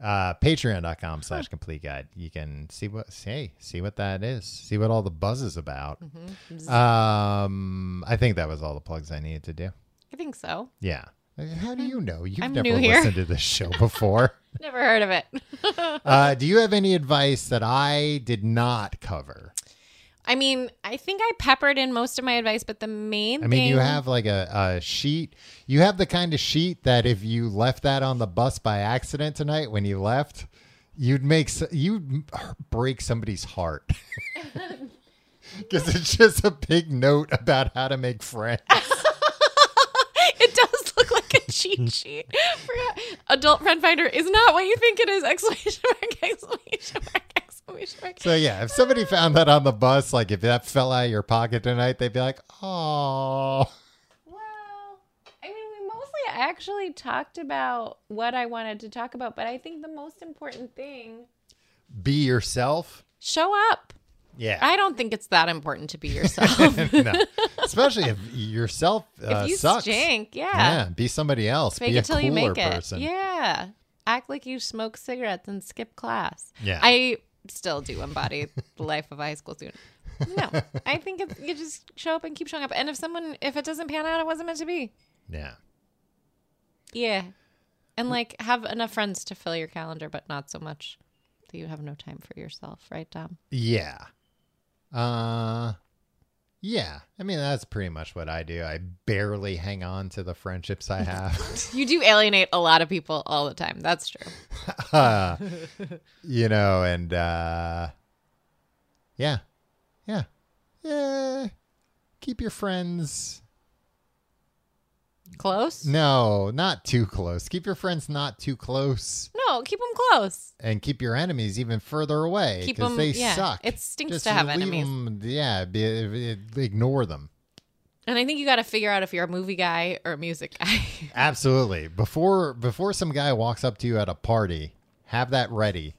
uh, patreon.com slash complete guide you can see what hey see what that is see what all the buzz is about Mm-hmm. um i think that was all the plugs i needed to do I think so. yeah Uh, how do you know you've I'm never new here. listened to this [LAUGHS] show before Never heard of it. uh, do you have any advice that i did not cover I mean, I think I peppered in most of my advice, but the main I mean, you thing- have like a, a sheet. You have the kind of sheet that if you left that on the bus by accident tonight when you left, you'd make s- you'd m- break somebody's [LAUGHS] heart because it's just a big note about how to make friends. [LAUGHS] It does look like [LAUGHS] a cheat sheet. Forgot. Adult friend finder is not what you think it is! [LAUGHS] Exclamation mark! Exclamation mark! Exclamation mark! So yeah, if somebody found that on the bus, like if that fell out of your pocket tonight, they'd be like, "Oh, Well, I mean, we mostly actually talked about what I wanted to talk about, but I think the most important thing: be yourself." show up. Yeah, I don't think it's that important to be yourself. [LAUGHS] no, especially if yourself uh, [LAUGHS] if you sucks. stink, Yeah. be somebody else. Make be a it till cooler you make it. person. Yeah. Act like you smoke cigarettes and skip class. Yeah. I still do embody the life of a high school student. No, I think it's, you just show up and keep showing up. And if someone, if it doesn't pan out, it wasn't meant to be. Yeah. Yeah. And like have enough friends to fill your calendar, but not so much that you have no time for yourself, right, Dom? Yeah. Uh yeah. I mean that's pretty much what I do. I barely hang on to the friendships I [LAUGHS] have. [LAUGHS] You do alienate a lot of people all the time. That's true. uh, you know, and uh yeah. Yeah. Yeah. Keep your friends Close? no, not too close. Keep your friends not too close No, keep them close. and keep your enemies even further away Keep because 'em- they yeah. suck. It stinks Just to have leave enemies. 'em- yeah, be, ignore them. And I think you got to figure out if you're a movie guy or a music guy. [LAUGHS] Absolutely. Before before some guy walks up to you at a party, have that ready.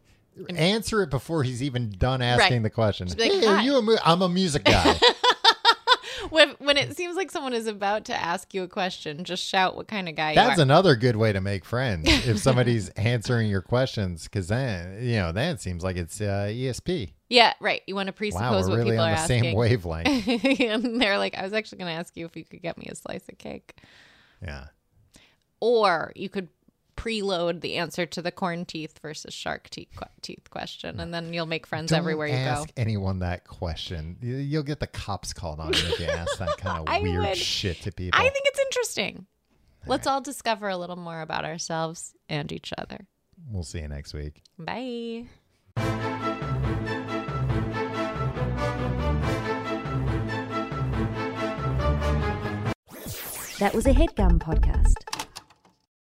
Answer it before he's even done asking Right. the question. be like, hey, are "Hi." you a mu- I'm a [LAUGHS] music guy. when, when it seems like someone is about to ask you a question, just shout what kind of guy That's you are. another good way to make [LAUGHS] friends if somebody's answering your questions, because then you know then it seems like it's uh, ESP. yeah, right. You want to Wow, presuppose we're what really people on are the asking. same [LAUGHS] wavelength. and they're like, I was actually going to ask you if you could get me a slice of cake. Yeah, Or you could preload the answer to the corn teeth versus shark teeth, que- teeth question, and then you'll make friends Don't everywhere you ask go. anyone that question. You- You'll get the cops called on you if you ask that kind [LAUGHS] I of weird would- shit to people. I think it's interesting. Let's all discover a little more about ourselves and each other. we'll see you next week. Bye. That was a headgum podcast.